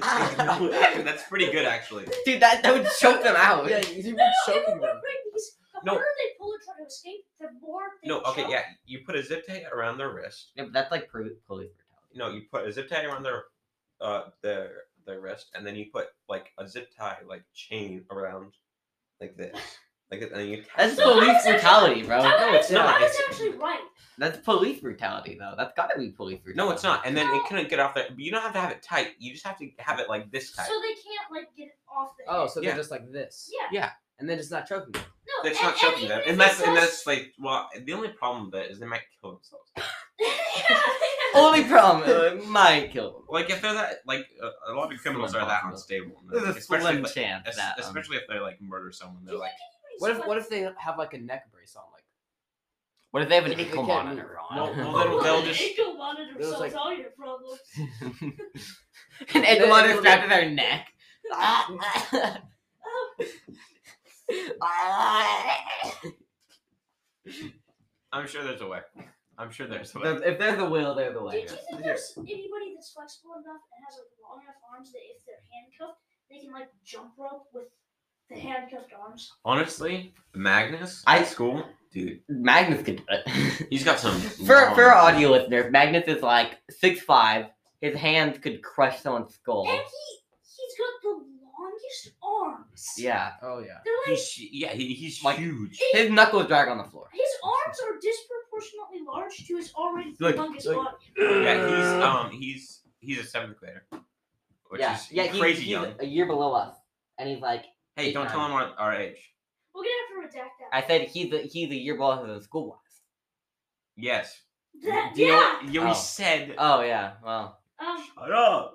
Speaker 1: That's pretty good, actually.
Speaker 2: Dude, that that would choke them out.
Speaker 4: Yeah, you
Speaker 3: No,
Speaker 4: were
Speaker 3: it
Speaker 4: choking
Speaker 3: won't
Speaker 4: them.
Speaker 3: break because the
Speaker 1: No.
Speaker 3: harder they pull and try to escape, the more they
Speaker 1: No, okay,
Speaker 3: choke.
Speaker 1: yeah. You put a zip tie around their wrist.
Speaker 2: Yeah, but that's like pro- police brutality.
Speaker 1: No, you put a zip tie around their, uh, their their wrist, and then you put like a zip tie like chain around, like this, like this, and then you. attach
Speaker 2: That's
Speaker 1: them.
Speaker 2: police brutality, bro.
Speaker 3: I-
Speaker 1: No, it's
Speaker 3: I-
Speaker 1: not.
Speaker 3: I was actually right.
Speaker 2: That's police brutality, though. That's gotta be police brutality.
Speaker 1: No, it's not. And then it couldn't get off there. But you don't have to have it tight. You just have to have it like this
Speaker 3: So
Speaker 1: tight.
Speaker 3: they can't like get off the.
Speaker 4: Oh, so
Speaker 1: Yeah.
Speaker 4: they're just like this.
Speaker 3: Yeah.
Speaker 4: And then it's not choking them.
Speaker 3: No.
Speaker 1: That's
Speaker 3: and-
Speaker 1: not
Speaker 3: and
Speaker 1: choking
Speaker 3: even
Speaker 1: them.
Speaker 3: if
Speaker 1: Unless,
Speaker 3: it
Speaker 1: unless, like, well, the only problem with that is they might kill themselves.
Speaker 3: does-
Speaker 2: Only problem, uh, might kill them.
Speaker 1: Like, if they're that, like, a, a lot of criminals are that
Speaker 2: possible.
Speaker 1: unstable. and
Speaker 2: There's a
Speaker 1: especially,
Speaker 2: slim
Speaker 1: if,
Speaker 2: chance
Speaker 1: es-
Speaker 2: that. um,
Speaker 1: especially if they, like, murder someone. They're like,
Speaker 4: What if what if they have like a neck brace on? Like
Speaker 2: what if they have an
Speaker 4: They
Speaker 2: ankle
Speaker 4: can't
Speaker 2: monitor on?
Speaker 1: Well- well,
Speaker 3: Well,
Speaker 1: they'll- they'll
Speaker 3: an
Speaker 1: just-
Speaker 3: ankle monitor
Speaker 4: It was
Speaker 3: solves
Speaker 4: like-
Speaker 3: all your problems.
Speaker 2: An ankle
Speaker 4: They-
Speaker 2: monitor
Speaker 4: they-
Speaker 2: strapped to their neck.
Speaker 3: Um,
Speaker 1: I'm sure there's a way. I'm sure there's a way.
Speaker 2: There's- if there's a will, there's a
Speaker 3: do do
Speaker 2: way.
Speaker 3: you think there's anybody that's flexible enough and has like long enough arms that if they're handcuffed, they can like jump rope with the handcuffed arms?
Speaker 1: Honestly, Magnus,
Speaker 2: I-
Speaker 1: at school, dude,
Speaker 2: Magnus could do it.
Speaker 1: he's got some.
Speaker 2: for
Speaker 1: long-
Speaker 2: for our audio listeners, Magnus is like six five. His hands could crush someone's skull.
Speaker 3: And he he's got the longest arms.
Speaker 2: Yeah.
Speaker 4: oh yeah.
Speaker 3: They're like
Speaker 1: He's, hu- yeah, he, he's
Speaker 2: Like-
Speaker 1: huge.
Speaker 2: His knuckles drag on the floor.
Speaker 3: his arms are disproportionately large to his already
Speaker 1: Look,
Speaker 3: humongous
Speaker 4: look.
Speaker 3: body.
Speaker 1: Yeah, he's, um, he's, he's a seventh grader. Which
Speaker 2: yeah.
Speaker 1: is
Speaker 2: yeah. he-
Speaker 1: crazy
Speaker 2: he's
Speaker 1: young.
Speaker 2: A year below us, and he's like,
Speaker 1: Hey, don't tell him our, our age.
Speaker 3: We're gonna have to redact that.
Speaker 2: I said he's a, he's a year below us in school wise.
Speaker 1: Yes.
Speaker 3: That-
Speaker 1: Do you know-
Speaker 3: yeah.
Speaker 1: You know, we
Speaker 2: Oh.
Speaker 1: said.
Speaker 2: Oh yeah. Well,
Speaker 3: Um,
Speaker 1: Shut up.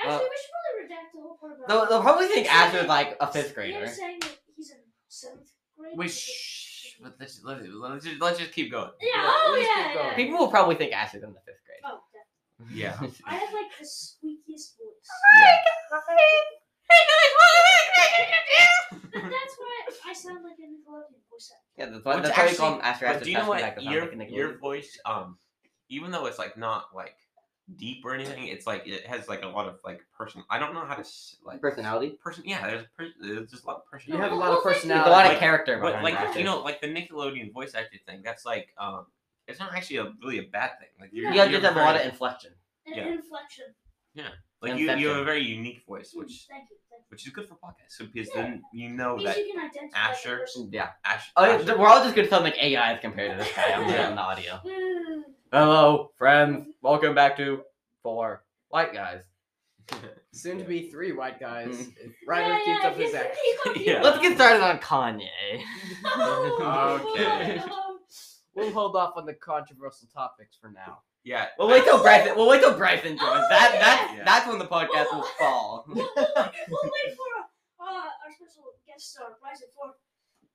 Speaker 3: actually,
Speaker 2: Uh,
Speaker 3: we should probably redact the whole part about.
Speaker 2: they'll, they'll probably think
Speaker 3: Him
Speaker 2: Asher's
Speaker 3: saying-
Speaker 2: like a fifth
Speaker 3: him
Speaker 2: grader.
Speaker 3: saying that he's in seventh grade.
Speaker 1: Wait,
Speaker 3: is a-
Speaker 1: shh. But let's, let's, let's, just, let's just keep going.
Speaker 3: Yeah.
Speaker 4: Yeah,
Speaker 3: oh
Speaker 4: we just keep
Speaker 3: yeah. yeah.
Speaker 4: going.
Speaker 2: People will probably think Asher's in the fifth grade.
Speaker 3: Oh, yeah.
Speaker 1: Yeah.
Speaker 3: I have like the squeakiest voice.
Speaker 1: Yeah.
Speaker 3: But that's why I sound like a Nickelodeon voice actor.
Speaker 2: yeah, that's why
Speaker 1: Which
Speaker 2: that's why we
Speaker 1: actually-
Speaker 2: call him Asher.
Speaker 1: But
Speaker 2: Asher
Speaker 1: do you know
Speaker 2: Asher, Asher,
Speaker 1: what?
Speaker 2: Asher,
Speaker 1: Your,
Speaker 2: Asher, Asher,
Speaker 1: your
Speaker 2: Asher.
Speaker 1: voice, um, even though it's like not like deep or anything, it's like it has like a lot of like person. I don't know how to s- like
Speaker 2: personality.
Speaker 1: person. Yeah, there's a person. There's just a lot of
Speaker 4: You
Speaker 1: personality.
Speaker 4: have a
Speaker 3: Well,
Speaker 4: lot of
Speaker 3: well, thank you.
Speaker 2: There's
Speaker 4: personality.
Speaker 2: a lot
Speaker 1: Like-
Speaker 2: of character
Speaker 1: But
Speaker 2: behind
Speaker 1: like
Speaker 2: Asher.
Speaker 1: you know, like the Nickelodeon voice actor thing. That's like um, it's not actually a, really a bad thing. Like you're,
Speaker 2: you have
Speaker 1: you're
Speaker 2: just have a lot
Speaker 1: very-
Speaker 2: of inflection.
Speaker 3: An
Speaker 1: Yeah.
Speaker 3: inflection.
Speaker 1: like you, you have a
Speaker 2: Inception.
Speaker 1: very unique voice,
Speaker 3: Hmm,
Speaker 1: which
Speaker 3: Thank you. Thank you.
Speaker 1: which is good for podcasts because then you know
Speaker 3: Means
Speaker 1: Oh, that
Speaker 3: you can identify
Speaker 1: Asher-
Speaker 3: The person.
Speaker 2: Yeah.
Speaker 1: Ash.
Speaker 2: Oh, yeah,
Speaker 1: Asher-
Speaker 2: th- we're all just gonna sound like AIs compared to this guy. I'm
Speaker 1: Yeah.
Speaker 2: on the audio.
Speaker 3: Ooh.
Speaker 2: Hello, friends. Welcome back to Four White Guys.
Speaker 4: Soon to be three white guys.
Speaker 2: Mm.
Speaker 4: if Ryder
Speaker 3: yeah,
Speaker 4: keeps
Speaker 3: yeah,
Speaker 4: up his
Speaker 3: yeah,
Speaker 4: act.
Speaker 3: keep up, keep
Speaker 1: Yeah.
Speaker 3: up.
Speaker 2: Let's get started on Kanye.
Speaker 3: Oh,
Speaker 1: Okay.
Speaker 3: oh,
Speaker 4: We'll hold off on the controversial topics for now.
Speaker 1: yeah.
Speaker 2: We'll wait till Bryson. We'll wait till Bryson joins. That that's
Speaker 1: Yeah.
Speaker 2: that's when the podcast will fall.
Speaker 3: we'll, we'll, wait, we'll wait for uh, our special guest star, Bryson Ford.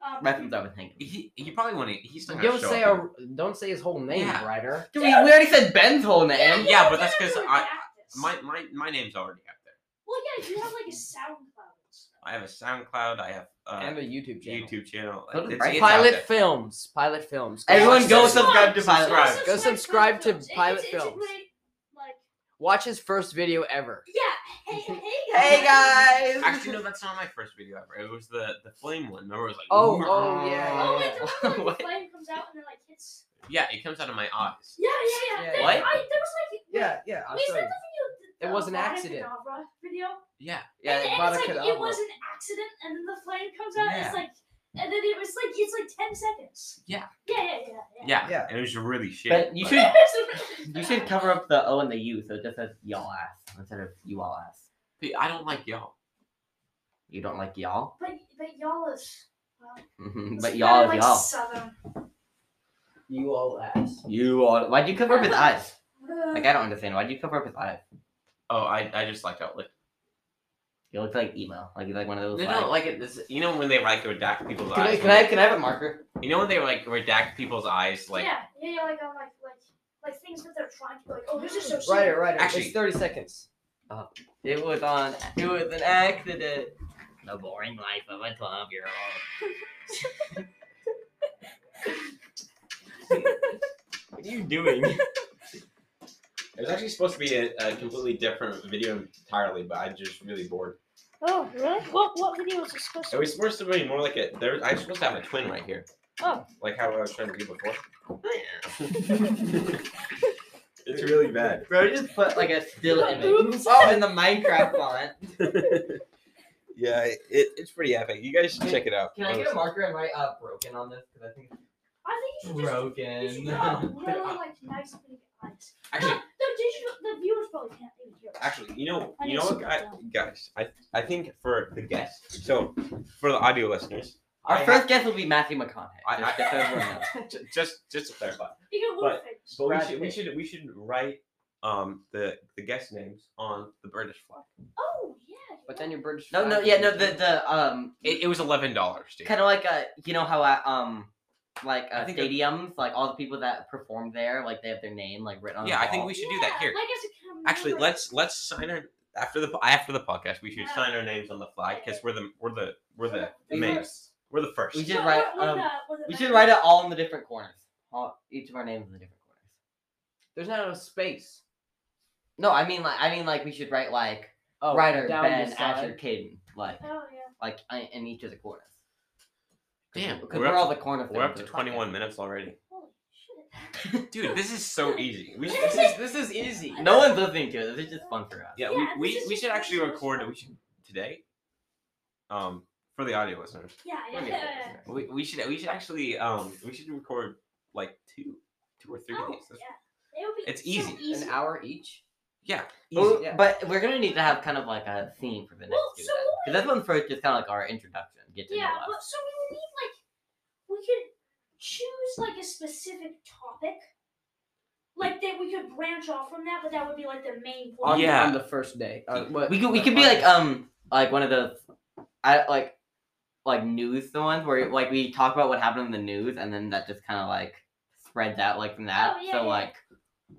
Speaker 3: Um,
Speaker 2: Bryson's overthinking.
Speaker 1: He, he probably wouldn't. He's not gonna
Speaker 4: Don't
Speaker 1: show
Speaker 4: say
Speaker 1: up.
Speaker 4: a, don't say his whole name,
Speaker 1: Yeah.
Speaker 4: Ryder.
Speaker 2: Dude, we, we already said Ben's whole name.
Speaker 1: Yeah, but
Speaker 3: we're
Speaker 1: that's
Speaker 3: not
Speaker 1: 'cause
Speaker 3: doing
Speaker 1: I-
Speaker 3: that this.
Speaker 1: My my my name's already up there.
Speaker 3: Well, yeah, you have like a SoundCloud. and stuff.
Speaker 1: I have a SoundCloud. I have uh,
Speaker 4: and a YouTube channel.
Speaker 1: YouTube channel.
Speaker 2: So does
Speaker 1: It's-
Speaker 2: Bryce.
Speaker 1: it's out
Speaker 4: Pilot
Speaker 1: there.
Speaker 4: Films. Pilot Films. Go
Speaker 2: Everyone
Speaker 4: watch
Speaker 2: go
Speaker 4: those.
Speaker 2: subscribe to Pilot
Speaker 1: Subscribe.
Speaker 2: Films.
Speaker 4: Go subscribe to
Speaker 3: Films. It-
Speaker 4: Pilot
Speaker 3: it's- it's a
Speaker 4: Films.
Speaker 3: great, like,
Speaker 4: Watch his first video ever.
Speaker 3: yeah. Hey, hey, guys.
Speaker 2: Hey guys.
Speaker 1: Actually, no, that's not my first video ever. It was the the flame one. Remember, it was like
Speaker 4: Oh,
Speaker 1: "Wah."
Speaker 4: oh yeah.
Speaker 3: Oh,
Speaker 4: yeah.
Speaker 3: wait, the one where
Speaker 2: What?
Speaker 3: the flame comes out and then like hits.
Speaker 1: yeah. It comes out of my eyes.
Speaker 3: Yeah, yeah, yeah.
Speaker 4: Yeah,
Speaker 3: There-
Speaker 2: yeah.
Speaker 3: I,
Speaker 2: What?
Speaker 3: there was like.
Speaker 4: Yeah, yeah. I'll
Speaker 3: Wait, is
Speaker 4: show
Speaker 3: that
Speaker 4: you.
Speaker 3: the video? the-
Speaker 4: It
Speaker 3: the
Speaker 4: was an
Speaker 3: Avada
Speaker 4: accident.
Speaker 3: Kedavra video.
Speaker 1: Yeah,
Speaker 2: Yeah,
Speaker 3: and, and
Speaker 4: Avada
Speaker 3: it's like it
Speaker 4: Kedavra.
Speaker 3: was an accident, and then the flame comes out. And
Speaker 1: Yeah.
Speaker 3: it's like, and then it was like it's like ten seconds.
Speaker 1: Yeah.
Speaker 3: Yeah, yeah, yeah.
Speaker 1: yeah,
Speaker 4: Yeah.
Speaker 1: And it was really shit.
Speaker 2: Ben, you
Speaker 1: but-
Speaker 2: should
Speaker 3: yeah.
Speaker 2: you should cover up the O and the U so it just says y'all ass instead of you all ass.
Speaker 1: I don't like y'all.
Speaker 2: You don't like y'all?
Speaker 3: But but y'all is.
Speaker 2: Mhm,
Speaker 3: It's
Speaker 2: but
Speaker 3: kinda
Speaker 2: y'all, is
Speaker 3: like
Speaker 2: y'all,
Speaker 3: Southern.
Speaker 4: You all ass.
Speaker 2: you all. Why'd you cover up with us? Like I don't understand. Why'd you cover up with us?
Speaker 1: Oh, I, I just like Outlook.
Speaker 2: You look like emo. Like you're like one of those.
Speaker 1: They
Speaker 2: like,
Speaker 1: don't like it. This, you know when they like redact people's
Speaker 2: can, I,
Speaker 1: eyes.
Speaker 2: can I can I have a marker?
Speaker 1: You know when they like redact people's eyes, like
Speaker 3: yeah, yeah, yeah, like, uh, like, like, like things that they're trying to, like, oh, this is so
Speaker 4: Ryder,
Speaker 3: stupid.
Speaker 4: Ryder.
Speaker 1: Actually-
Speaker 4: it's 30 seconds.
Speaker 2: It was on. It was an accident. The boring life of a twelve year old.
Speaker 1: What are you doing? it was actually supposed to be a, a completely different video entirely, but I'm just really bored.
Speaker 3: Oh, really? What what video was it supposed
Speaker 1: It was supposed to be more like a. There, I was supposed to have a twin right here.
Speaker 3: Oh.
Speaker 1: Like how I was trying to do before. it's really bad.
Speaker 2: Bro, just put like a still
Speaker 3: Oops.
Speaker 2: image. Oh, in the Minecraft font.
Speaker 1: yeah, it, it's pretty epic. You guys should check it out.
Speaker 2: Can I get a marker and write uh broken on this? Because I think it's
Speaker 3: I think you should just. You should
Speaker 4: Broken.
Speaker 3: draw really like nice and big eyes.
Speaker 1: Actually,
Speaker 3: No, the digital, the viewers probably can't even hear. us.
Speaker 1: actually, you know,
Speaker 3: I
Speaker 1: you
Speaker 3: need
Speaker 1: know
Speaker 3: to
Speaker 1: what,
Speaker 3: sit
Speaker 1: guy,
Speaker 3: down.
Speaker 1: guys? I I think for the guests, so for the audio listeners,
Speaker 2: Our
Speaker 1: I
Speaker 2: first guest will be Matthew McConaughey.
Speaker 1: I-
Speaker 2: just,
Speaker 1: I-
Speaker 2: just so everyone knows.
Speaker 1: have- ju- just just to clarify.
Speaker 3: You can
Speaker 1: But-
Speaker 3: wolf face.
Speaker 1: But we
Speaker 2: Brad
Speaker 1: should, we
Speaker 2: Pitt.
Speaker 1: should we should write um the the guest names on the British flag.
Speaker 3: Oh yeah.
Speaker 4: But then you're British.
Speaker 2: No, no, yeah, no, the the um,
Speaker 1: It, it was eleven dollars, dude.
Speaker 2: kind of like uh, you know how I um, like
Speaker 1: I
Speaker 2: uh,
Speaker 1: think I-
Speaker 2: stadiums, like all the people that perform there, like they have their name like written on.
Speaker 1: Yeah,
Speaker 2: the
Speaker 1: I think
Speaker 2: wall.
Speaker 1: we should do that here.
Speaker 3: Like as a camera.
Speaker 1: Actually, let's let's sign our after the after the podcast. We should
Speaker 3: Yeah.
Speaker 1: sign our names on the flag because we're the we're the we're the
Speaker 2: We
Speaker 1: main we're the first.
Speaker 2: We should
Speaker 3: No,
Speaker 2: write,
Speaker 3: we're- we're
Speaker 2: um,
Speaker 3: the- we're the
Speaker 2: We should
Speaker 3: main-
Speaker 2: write it all in the different corners. All, each of our names in the different corners.
Speaker 4: There's not enough space.
Speaker 2: No, I mean like I mean like we should write like
Speaker 4: Oh,
Speaker 2: Ryder,
Speaker 4: down
Speaker 2: Ben,
Speaker 4: the side.
Speaker 2: Asher, Caden, like
Speaker 3: Oh yeah.
Speaker 2: like I- in each of the corners.
Speaker 1: Damn,
Speaker 2: because
Speaker 1: we're
Speaker 2: we're, all
Speaker 1: up
Speaker 2: the corner.
Speaker 1: to, we're up
Speaker 2: things
Speaker 1: to
Speaker 2: are
Speaker 1: twenty one
Speaker 2: fucking-
Speaker 1: minutes already.
Speaker 3: Holy shit.
Speaker 1: Dude, this is so easy. We should, this is this is easy.
Speaker 2: No one's listening to it. This is just fun for us.
Speaker 1: Yeah,
Speaker 3: Yeah,
Speaker 1: we,
Speaker 3: this
Speaker 1: we,
Speaker 3: is
Speaker 1: we
Speaker 3: just
Speaker 1: should actually
Speaker 3: really
Speaker 1: record.
Speaker 3: fun.
Speaker 1: We should today. Um, for the audio listeners.
Speaker 3: Yeah, yeah.
Speaker 2: We're gonna get
Speaker 3: yeah.
Speaker 2: this.
Speaker 1: We, we should we should actually um we should record like two two or three of
Speaker 3: Oh,
Speaker 1: these.
Speaker 3: yeah. They would be
Speaker 1: It's
Speaker 3: so
Speaker 1: easy.
Speaker 4: An hour each.
Speaker 1: Yeah.
Speaker 2: Well,
Speaker 1: easy.
Speaker 4: Yeah.
Speaker 2: But we're gonna need to have kind of like a theme for the next
Speaker 3: Well,
Speaker 2: two.
Speaker 3: so what
Speaker 2: Because this one's first just kind of like our introduction. Get to
Speaker 3: Yeah,
Speaker 2: know
Speaker 3: but
Speaker 2: us.
Speaker 3: so we would need like we could choose like a specific topic, like that we could branch off from that, but that would be like the main
Speaker 4: On,
Speaker 3: point.
Speaker 1: Yeah.
Speaker 4: on the first day. Uh, what-
Speaker 2: we could we
Speaker 4: what
Speaker 2: could be
Speaker 4: part?
Speaker 2: like um like one of those I like like news the ones where like we talk about what happened in the news and then that just kind of like spreads out like from that.
Speaker 3: Oh, yeah,
Speaker 2: so
Speaker 3: yeah.
Speaker 2: like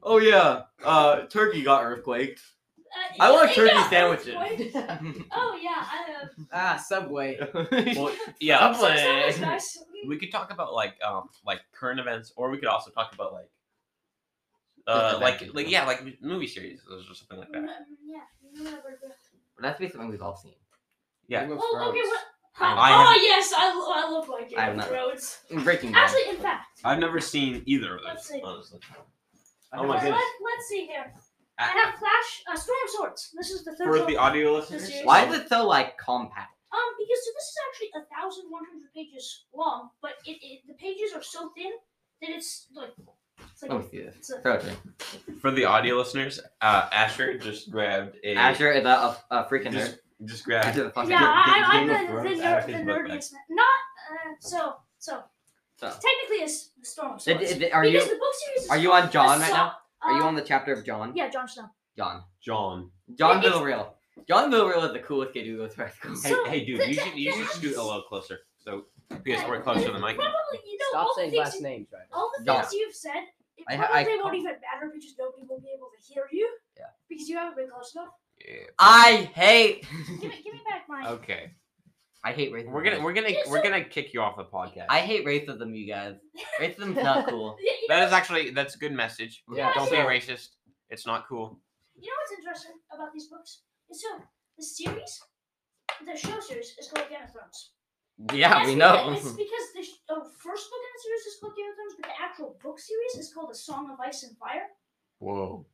Speaker 4: Oh yeah, uh, Turkey got earthquaked.
Speaker 3: Uh,
Speaker 2: I want
Speaker 3: yeah,
Speaker 2: turkey
Speaker 3: yeah,
Speaker 2: sandwiches.
Speaker 3: right. Oh yeah, I uh,
Speaker 4: Ah, Subway.
Speaker 1: Well,
Speaker 2: I'm
Speaker 1: yeah.
Speaker 2: like-
Speaker 3: sounds nice.
Speaker 1: We could talk about like um like current events, or we could also talk about like uh
Speaker 2: Different
Speaker 1: like
Speaker 2: events.
Speaker 1: like yeah like movie series or something like
Speaker 3: Mm,
Speaker 1: that.
Speaker 3: yeah. no, no, we're good.
Speaker 2: that's basically something we've all seen.
Speaker 1: Yeah.
Speaker 4: Game of
Speaker 3: Well, okay,
Speaker 4: Thrones.
Speaker 3: what?
Speaker 1: I-
Speaker 3: oh
Speaker 1: I
Speaker 3: yes, I, lo- I love my Game
Speaker 2: I have
Speaker 3: of
Speaker 2: not.
Speaker 3: Thrones.
Speaker 2: In Breaking Bad.
Speaker 3: Actually, in fact,
Speaker 1: I've never seen either of
Speaker 3: Let's
Speaker 1: those,
Speaker 3: see.
Speaker 1: honestly.
Speaker 4: I
Speaker 1: Oh my
Speaker 4: have-
Speaker 3: let,
Speaker 1: goodness.
Speaker 3: let's see here. I
Speaker 1: Uh,
Speaker 3: have Flash, uh, Storm of Swords. This is the third.
Speaker 1: For
Speaker 3: one.
Speaker 1: the audio
Speaker 3: The
Speaker 1: listeners,
Speaker 3: series.
Speaker 2: Why is it so like compact?
Speaker 3: Um, because so this is actually a thousand one hundred pages long, but it, it the pages are so thin that it's like it's like
Speaker 1: Oh,
Speaker 2: Let me see this.
Speaker 3: it's a,
Speaker 2: Throw it to me.
Speaker 1: for the audio listeners, uh, Asher just grabbed a
Speaker 2: Asher is a, a, a freaking nerd.
Speaker 1: just, just grabbed
Speaker 2: Asher the fucking
Speaker 3: yeah.
Speaker 2: nerd.
Speaker 3: I, I, I'm
Speaker 1: Game of
Speaker 3: the,
Speaker 1: Thrones
Speaker 3: the,
Speaker 1: out of
Speaker 3: ner- the
Speaker 1: his book oh. bag.
Speaker 3: nerdiest man. Not uh, so so.
Speaker 2: So.
Speaker 3: Technically, it's Storm of
Speaker 2: Did-
Speaker 3: Swords.
Speaker 2: did- are
Speaker 3: because
Speaker 2: you
Speaker 3: the book series is
Speaker 2: are you on
Speaker 3: so-
Speaker 2: John
Speaker 3: is
Speaker 2: right
Speaker 3: so-
Speaker 2: now? Are you
Speaker 3: uh,
Speaker 2: on the chapter of John?
Speaker 3: Yeah, John Snow.
Speaker 2: John.
Speaker 1: John.
Speaker 2: John
Speaker 3: it's-
Speaker 2: Villarreal. John Villarreal is the coolest kid who goes to our school.
Speaker 1: Hey,
Speaker 3: So-
Speaker 1: hey, dude, you should you should scoot a little closer so because we're closer to the mic.
Speaker 3: Probably, you know,
Speaker 4: Stop
Speaker 3: all the
Speaker 4: saying
Speaker 3: things
Speaker 4: last names, Ryder.
Speaker 3: all the
Speaker 2: John.
Speaker 3: things you've said, it
Speaker 2: I ha-
Speaker 3: probably
Speaker 2: I
Speaker 3: won't
Speaker 2: can't-
Speaker 3: even matter because nobody will be able to hear you.
Speaker 2: Yeah.
Speaker 3: Because you haven't been close enough.
Speaker 2: I hate.
Speaker 3: Give me, give me back my.
Speaker 1: Okay,
Speaker 2: I hate racism.
Speaker 1: we're gonna we're gonna
Speaker 3: You're
Speaker 1: we're
Speaker 3: so-
Speaker 1: gonna kick you off the podcast.
Speaker 2: I hate racism, you guys. Racism's not cool.
Speaker 3: Yeah, you, know,
Speaker 1: That is actually that's a good message.
Speaker 4: Yeah,
Speaker 1: Don't be
Speaker 3: so-
Speaker 1: racist. It's not cool.
Speaker 3: you know what's interesting about these books? Is so the series, the show series is called Game of Thrones.
Speaker 2: Yeah,
Speaker 3: That's
Speaker 2: we
Speaker 3: because-
Speaker 2: know.
Speaker 3: It's because the sh- uh, first book in the series is called Game of Thrones, but the actual book series is called A Song of Ice and Fire.
Speaker 1: Whoa.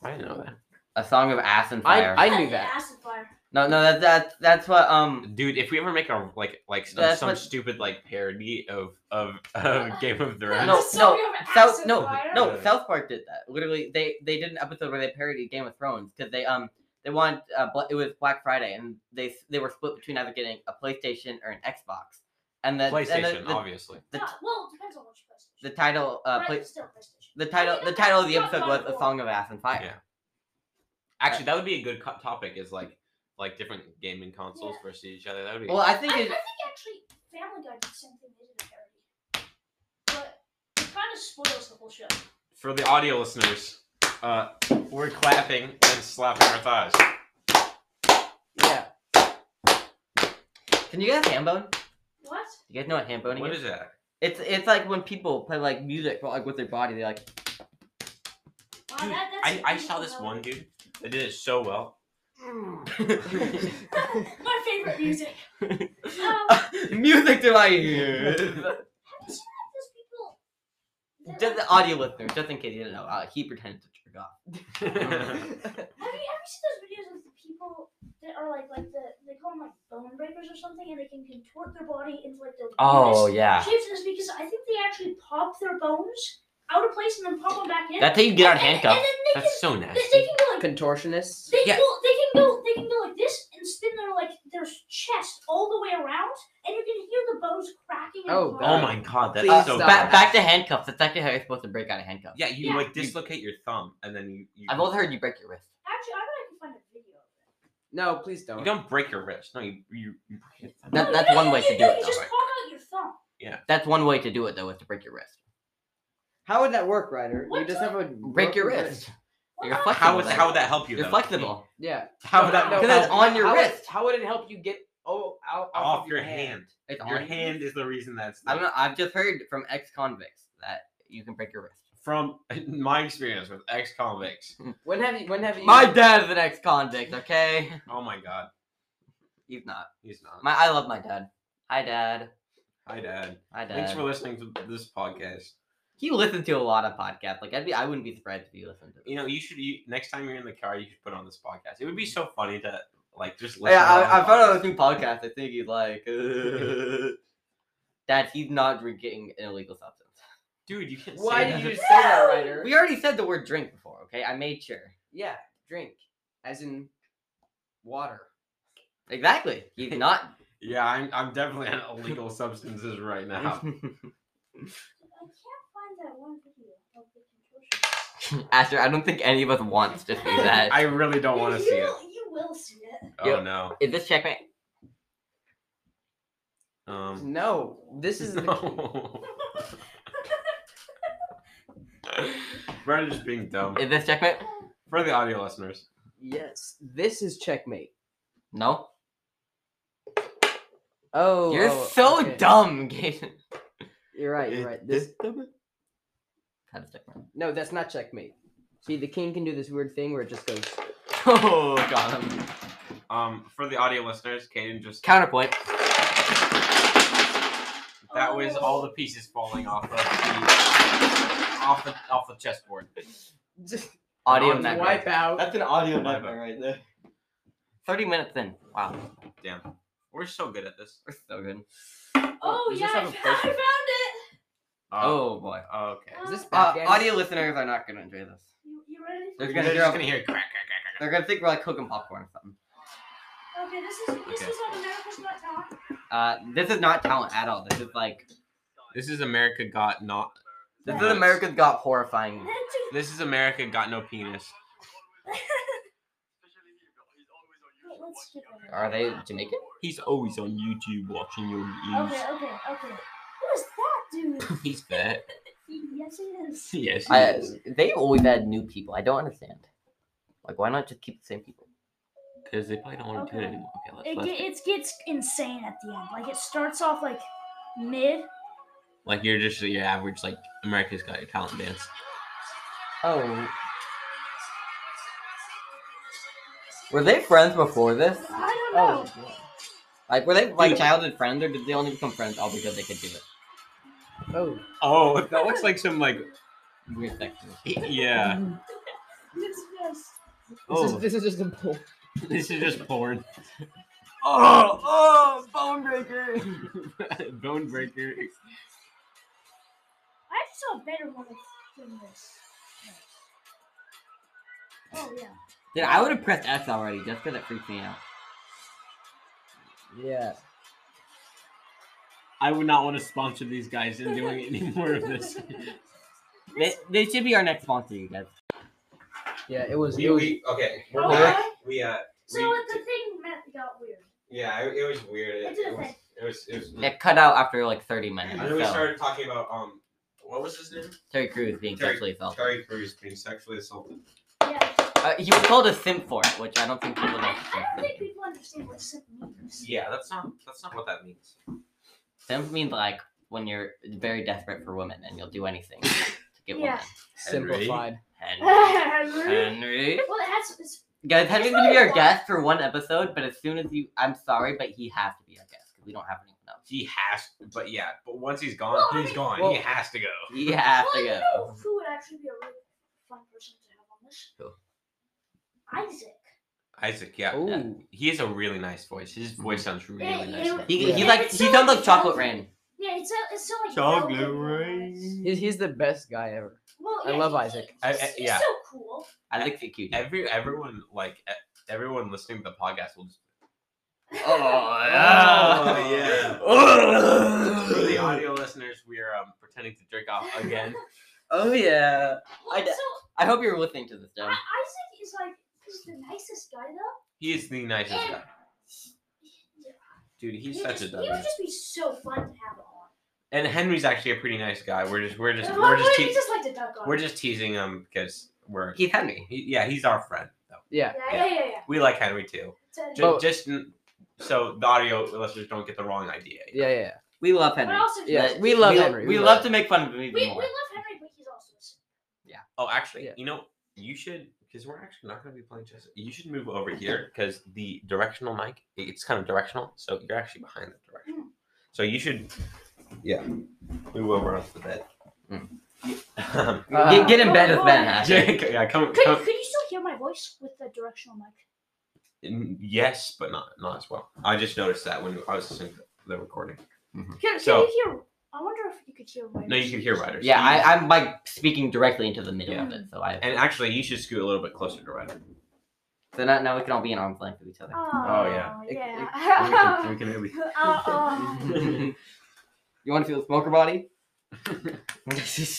Speaker 1: I didn't know that.
Speaker 2: A song of ass and
Speaker 4: I-
Speaker 2: fire.
Speaker 4: I- knew
Speaker 3: Yeah,
Speaker 4: that.
Speaker 3: Ice and Fire.
Speaker 2: No, no, that that that's what um.
Speaker 1: Dude, if we ever make a like like some,
Speaker 2: That's
Speaker 1: some
Speaker 2: what-
Speaker 1: stupid like parody of of, of Game of Thrones.
Speaker 2: No,
Speaker 3: The Song
Speaker 2: no,
Speaker 3: of Ice
Speaker 2: South
Speaker 3: and
Speaker 2: no
Speaker 3: Fire.
Speaker 2: no
Speaker 1: Yeah.
Speaker 2: South Park did that. Literally, they they did an episode where they parodied Game of Thrones because they um they wanted uh, bla- it was Black Friday and they s- they were split between either getting a PlayStation or an Xbox and the and the-
Speaker 1: PlayStation,
Speaker 2: the,
Speaker 1: obviously.
Speaker 2: the,
Speaker 3: Ah, well, it depends on which PlayStation.
Speaker 2: the title uh,
Speaker 3: Mine's
Speaker 2: play,
Speaker 3: still PlayStation.
Speaker 2: the title the title of the episode was a song of ass and fire.
Speaker 1: Yeah.
Speaker 2: Uh,
Speaker 1: Actually, that would be a good co- topic. Is like like different gaming consoles
Speaker 3: Yeah.
Speaker 1: versus each other. That would be.
Speaker 2: Well, I
Speaker 3: I,
Speaker 2: think
Speaker 3: I
Speaker 2: it,
Speaker 3: think actually Family Guy did the same thing they did in parody. But it kind of spoils the whole show.
Speaker 1: for the audio listeners, uh, we're clapping and slapping our thighs.
Speaker 2: yeah. Can you guys hambone?
Speaker 3: What?
Speaker 2: You guys know what hamboning
Speaker 1: What
Speaker 2: is?
Speaker 1: is that?
Speaker 2: It's it's like when people play like music but, like with their body. They like
Speaker 3: Wow,
Speaker 1: Dude,
Speaker 3: that, that's
Speaker 1: I,
Speaker 3: a
Speaker 1: I saw
Speaker 3: beautiful
Speaker 1: this
Speaker 3: melody.
Speaker 1: one dude that did it so well.
Speaker 3: My favorite music. um,
Speaker 2: music to my ears.
Speaker 3: have you seen like those people? that,
Speaker 2: just the
Speaker 3: like-
Speaker 2: audio listener, just in case you didn't know, uh, he pretended to jerk off.
Speaker 3: Have you ever seen those videos of the people that are like like the they call them like bone breakers or something, and they can contort their body into like the
Speaker 1: Oh,
Speaker 3: weirdest
Speaker 2: yeah,
Speaker 3: shapes? It's because I think they actually pop their bones out of place and then pop them back in.
Speaker 2: that's how you get out of
Speaker 3: And- and-
Speaker 2: handcuffs.
Speaker 3: And then they
Speaker 1: That's so
Speaker 3: can,
Speaker 1: nasty.
Speaker 3: they, they can go like
Speaker 5: Contortionists.
Speaker 3: They,
Speaker 2: Yeah.
Speaker 3: well, they can go. They can go like this and spin their like their chest all the way around, and you can hear the bones cracking. and
Speaker 5: Oh,
Speaker 3: popping.
Speaker 1: Oh my god, that's
Speaker 5: Please
Speaker 1: so
Speaker 5: stop.
Speaker 1: bad.
Speaker 2: Back, back to handcuffs. That's actually how you're supposed to break out of handcuffs.
Speaker 1: Yeah, you
Speaker 3: Yeah.
Speaker 1: like dislocate your thumb and then you. you
Speaker 2: I've also heard you break your wrist.
Speaker 3: Actually, I bet I can find a video. of it.
Speaker 5: No, please
Speaker 1: You
Speaker 5: don't.
Speaker 1: don't break your wrist. No, you you. you break your thumb.
Speaker 2: That-
Speaker 3: No,
Speaker 2: that's
Speaker 3: you-
Speaker 2: one way
Speaker 3: you-
Speaker 2: to do
Speaker 3: no,
Speaker 2: it,
Speaker 3: You
Speaker 2: though,
Speaker 3: just
Speaker 1: right?
Speaker 3: pop out your thumb.
Speaker 2: That's one way to do it though, is to break your wrist.
Speaker 5: How would that work, Ryder?
Speaker 3: What
Speaker 5: you just
Speaker 3: time?
Speaker 5: have a
Speaker 2: Break your
Speaker 5: broken
Speaker 2: wrist.
Speaker 3: Well,
Speaker 2: You're
Speaker 3: I-
Speaker 2: flexible.
Speaker 1: How is
Speaker 2: there.
Speaker 1: how would that help you?
Speaker 2: You're
Speaker 1: though?
Speaker 2: flexible.
Speaker 5: Yeah.
Speaker 1: How would that?
Speaker 2: No,
Speaker 1: No,
Speaker 2: Because it's
Speaker 5: how-
Speaker 2: on your
Speaker 5: how
Speaker 2: wrist.
Speaker 5: Would, how would it help you get oh out,
Speaker 1: off
Speaker 5: of
Speaker 1: your hand.
Speaker 2: It's
Speaker 1: Your
Speaker 2: on-
Speaker 1: hand is the reason that's.
Speaker 2: I don't know. I've just heard from ex-convicts that you can break your wrist.
Speaker 1: From my experience with ex convicts.
Speaker 5: When have you? When have you?
Speaker 2: My dad is an ex-convict. Okay,
Speaker 1: Oh my god,
Speaker 2: he's not.
Speaker 1: he's not.
Speaker 2: My I love my dad. Hi, dad.
Speaker 1: Hi, Dad.
Speaker 2: Hi, dad.
Speaker 1: Thanks for listening to this podcast.
Speaker 2: He listened to a lot of podcasts. Like I'd be, I wouldn't be surprised if he listened to.
Speaker 1: You know, you should. You, next time you're in the car, you should put on this podcast. It would be so funny to like just listen.
Speaker 2: Yeah,
Speaker 1: to our
Speaker 2: I,
Speaker 1: own
Speaker 2: I found out
Speaker 1: podcast.
Speaker 2: this new podcast. I think he's like, Dad, he's not drinking an illegal substance.
Speaker 1: Dude, you can't.
Speaker 5: Why
Speaker 1: say
Speaker 5: did
Speaker 1: that.
Speaker 5: you say that, Ryder?
Speaker 2: We already said the word drink before, okay? I made sure.
Speaker 5: yeah, drink, as in water.
Speaker 2: Exactly. He's not.
Speaker 1: Yeah, I'm. I'm definitely on illegal substances right now.
Speaker 3: I can't find that one video of the contortion.
Speaker 2: Asher, I don't think any of us wants to see that.
Speaker 1: I really don't want to
Speaker 3: you,
Speaker 1: see it.
Speaker 3: You will see it.
Speaker 1: Oh
Speaker 2: Yep.
Speaker 1: no.
Speaker 2: Is this checkmate?
Speaker 1: Um.
Speaker 5: No, this is the key.
Speaker 1: No. Brad is being dumb.
Speaker 2: Is this checkmate?
Speaker 1: For the audio listeners,
Speaker 5: yes. This is checkmate.
Speaker 2: No.
Speaker 5: Oh,
Speaker 2: You're
Speaker 5: oh,
Speaker 2: so
Speaker 5: okay.
Speaker 2: dumb, Gaten.
Speaker 5: You're right. You're right. This
Speaker 2: That is checkmate.
Speaker 5: no, that's not checkmate. See, the king can do this weird thing where it just goes.
Speaker 2: Oh, got him.
Speaker 1: um, for the audio listeners, Caden just
Speaker 2: Counterpoint.
Speaker 1: that was all the pieces falling off of the off the off the chessboard.
Speaker 5: Just
Speaker 2: Audio
Speaker 1: Audio
Speaker 2: nightmare.
Speaker 5: wipe out.
Speaker 2: an audio
Speaker 1: nightmare
Speaker 2: right there. 30 minutes in. Wow.
Speaker 1: We're so good at this.
Speaker 2: We're so good.
Speaker 3: Oh
Speaker 5: does
Speaker 3: yeah, I
Speaker 5: this have a
Speaker 3: found, I found it.
Speaker 1: Uh,
Speaker 2: Oh, boy.
Speaker 1: oh. Okay.
Speaker 5: Is this
Speaker 2: Uh,
Speaker 5: podcast?
Speaker 2: audio listeners are not going to enjoy this.
Speaker 3: You, you ready?
Speaker 2: There's
Speaker 1: You're
Speaker 2: gonna
Speaker 1: just gonna hear crack,
Speaker 2: They're going to think we're like cooking popcorn or something.
Speaker 3: Okay, this is this
Speaker 1: Okay.
Speaker 3: is on America's Got Talent.
Speaker 2: Uh, this is not talent at all. This is like
Speaker 1: This is America got not.
Speaker 2: this is America's Got Horrifying.
Speaker 1: This is America got no penis.
Speaker 3: Wait, let's skip over.
Speaker 2: Are they Jamaican?
Speaker 1: He's always on YouTube watching your
Speaker 3: Okay, okay, okay. Who is that dude?
Speaker 1: He's fat.
Speaker 3: yes, it is.
Speaker 1: Yes. he
Speaker 2: I,
Speaker 1: is.
Speaker 2: they always add new people. I don't understand. Like, why not just keep the same people?
Speaker 1: Because they probably don't want to do it
Speaker 3: Okay.
Speaker 1: anymore. Okay, let's,
Speaker 3: It,
Speaker 1: let's
Speaker 3: ge- it gets insane at the end. Like it starts off like mid.
Speaker 1: like you're just your average like America's Got Your Talent dance.
Speaker 2: Oh. Were they friends before this?
Speaker 3: I don't know.
Speaker 5: Oh,
Speaker 2: Like, were they like
Speaker 1: Dude.
Speaker 2: childhood friends, or did they only become friends all because they could do it?
Speaker 5: oh.
Speaker 1: Oh, that looks like some like
Speaker 2: Weird sexes.
Speaker 1: yeah.
Speaker 3: It's just-
Speaker 5: This,
Speaker 1: Oh,
Speaker 5: is, this is just a bull.
Speaker 1: this is just porn.
Speaker 2: Oh, oh, bone breaker.
Speaker 1: Bone breaker.
Speaker 3: I actually saw a better one than this. Oh yeah.
Speaker 2: Dude, I would have pressed S already just because it freaked me out.
Speaker 5: Yeah.
Speaker 1: I would not want to sponsor these guys in doing any more of this.
Speaker 2: They, they should be our next sponsor, you guys.
Speaker 5: Yeah, it was.
Speaker 1: We,
Speaker 5: it was
Speaker 1: we okay. We're
Speaker 3: Okay.
Speaker 1: back. We uh.
Speaker 3: So
Speaker 1: we-
Speaker 3: uh, the thing Matt got weird.
Speaker 1: yeah, it, it was weird. It,
Speaker 3: I did a
Speaker 1: it was,
Speaker 3: thing.
Speaker 1: it was. It was.
Speaker 2: It cut out after like 30 minutes.
Speaker 1: And then we
Speaker 2: so
Speaker 1: started talking about um, what was his name?
Speaker 2: Terry Crews being
Speaker 1: Terry-
Speaker 2: sexually assaulted.
Speaker 1: Terry Crews being sexually assaulted.
Speaker 3: Yeah.
Speaker 2: Uh, he was called a simp for it, which I don't think
Speaker 3: I,
Speaker 2: people know.
Speaker 3: I, I don't think people understand what simp means.
Speaker 1: Yeah, that's not that's not what that means.
Speaker 2: Simp means like when you're very desperate for women and you'll do anything to get
Speaker 3: Yeah.
Speaker 1: Henry.
Speaker 5: simplified.
Speaker 2: women.
Speaker 3: Rude.
Speaker 2: Henry.
Speaker 3: well, it has. It's,
Speaker 2: Guys, Henry's gonna be our guest for one episode, but as soon as you, I'm sorry, but he has to be our guest because we don't have anyone else.
Speaker 1: He has, but yeah, but once he's gone,
Speaker 3: Well, I
Speaker 1: he's
Speaker 3: mean-
Speaker 1: gone.
Speaker 5: Well-
Speaker 1: he has to go.
Speaker 2: He has
Speaker 3: well,
Speaker 2: to
Speaker 3: you
Speaker 2: go.
Speaker 3: know who would actually be a really fun person to have on this?
Speaker 2: Who?
Speaker 3: Isaac.
Speaker 1: Isaac, yeah,
Speaker 5: Ooh,
Speaker 1: he has a really nice voice. His voice sounds really
Speaker 3: Yeah,
Speaker 1: nice.
Speaker 3: yeah,
Speaker 2: He, he
Speaker 3: Yeah.
Speaker 2: like
Speaker 3: It's
Speaker 2: he
Speaker 3: so
Speaker 2: sounds like
Speaker 3: like-
Speaker 2: chocolate rain.
Speaker 3: Yeah, it's so it's so like
Speaker 1: Chocolate
Speaker 3: velvet
Speaker 1: rain.
Speaker 3: eyes.
Speaker 5: he's, he's the best guy ever.
Speaker 3: Well,
Speaker 5: I
Speaker 3: yeah,
Speaker 5: love
Speaker 3: he-
Speaker 5: Isaac.
Speaker 3: He's,
Speaker 1: I- I-
Speaker 3: he's
Speaker 1: yeah.
Speaker 3: so cool.
Speaker 2: I think he's cute.
Speaker 1: Every everyone like e- everyone listening to the podcast will just Oh,
Speaker 2: Oh, yeah.
Speaker 1: yeah.
Speaker 4: Oh,
Speaker 1: For the audio listeners, we are um, pretending to jerk off again.
Speaker 2: Oh yeah.
Speaker 3: Well,
Speaker 2: I d-
Speaker 3: so
Speaker 2: I hope you're listening to this,
Speaker 3: I,
Speaker 2: Joe.
Speaker 3: Isaac is like he's the nicest guy though.
Speaker 1: He is the nicest
Speaker 3: And
Speaker 1: guy, dude. He's
Speaker 3: he'd
Speaker 1: such
Speaker 3: just,
Speaker 1: a
Speaker 3: He would
Speaker 1: dummy.
Speaker 3: just be so fun to have on.
Speaker 1: And Henry's actually a pretty nice guy. We're just we're just
Speaker 3: Well,
Speaker 1: we're just
Speaker 3: we
Speaker 1: te-
Speaker 3: just like to duck on.
Speaker 1: we're
Speaker 3: him.
Speaker 1: just teasing him because we're
Speaker 2: Keith Henry.
Speaker 1: he, yeah he's our friend though.
Speaker 5: Yeah.
Speaker 3: yeah, yeah, yeah, yeah.
Speaker 1: We like Henry too.
Speaker 3: So-
Speaker 1: Just,
Speaker 5: But-
Speaker 1: just n- so the audio listeners don't get the wrong idea.
Speaker 5: Yeah, yeah.
Speaker 2: We love
Speaker 3: but
Speaker 2: Henry.
Speaker 3: also,
Speaker 5: Yeah,
Speaker 3: he's-
Speaker 5: we love
Speaker 2: we,
Speaker 5: Henry.
Speaker 2: We,
Speaker 5: We
Speaker 2: love
Speaker 5: love
Speaker 2: to make fun of him even
Speaker 3: we, we
Speaker 2: more.
Speaker 3: love Henry, but he's also a simp.
Speaker 1: Oh, actually,
Speaker 5: Yeah.
Speaker 1: you know, you should because we're actually not going to be playing chess. You should move over here because the directional mic it's kind of directional, so you're actually behind the direction. So you should, yeah, move over onto the bed. Um,
Speaker 5: Uh,
Speaker 2: get, get in bed with Ben Hash.
Speaker 1: Jake, yeah, come,
Speaker 3: Could,
Speaker 1: come.
Speaker 3: could you still hear my voice with the directional mic?
Speaker 1: n- Yes, but not not as well. I just noticed that when I was listening to the recording.
Speaker 3: Can, can
Speaker 1: So-
Speaker 3: you hear? I wonder if you could hear my.
Speaker 1: No, you can hear writers.
Speaker 2: Yeah, I, I'm like speaking directly into the middle of
Speaker 3: Yeah.
Speaker 2: it, so I.
Speaker 1: And actually, you should scoot a little bit closer to writer.
Speaker 2: So now, now we can all be in arm's length of each other.
Speaker 3: Oh,
Speaker 1: yeah.
Speaker 5: It-
Speaker 3: yeah.
Speaker 1: We can maybe.
Speaker 3: Uh, uh,
Speaker 2: you want to feel the smoker body?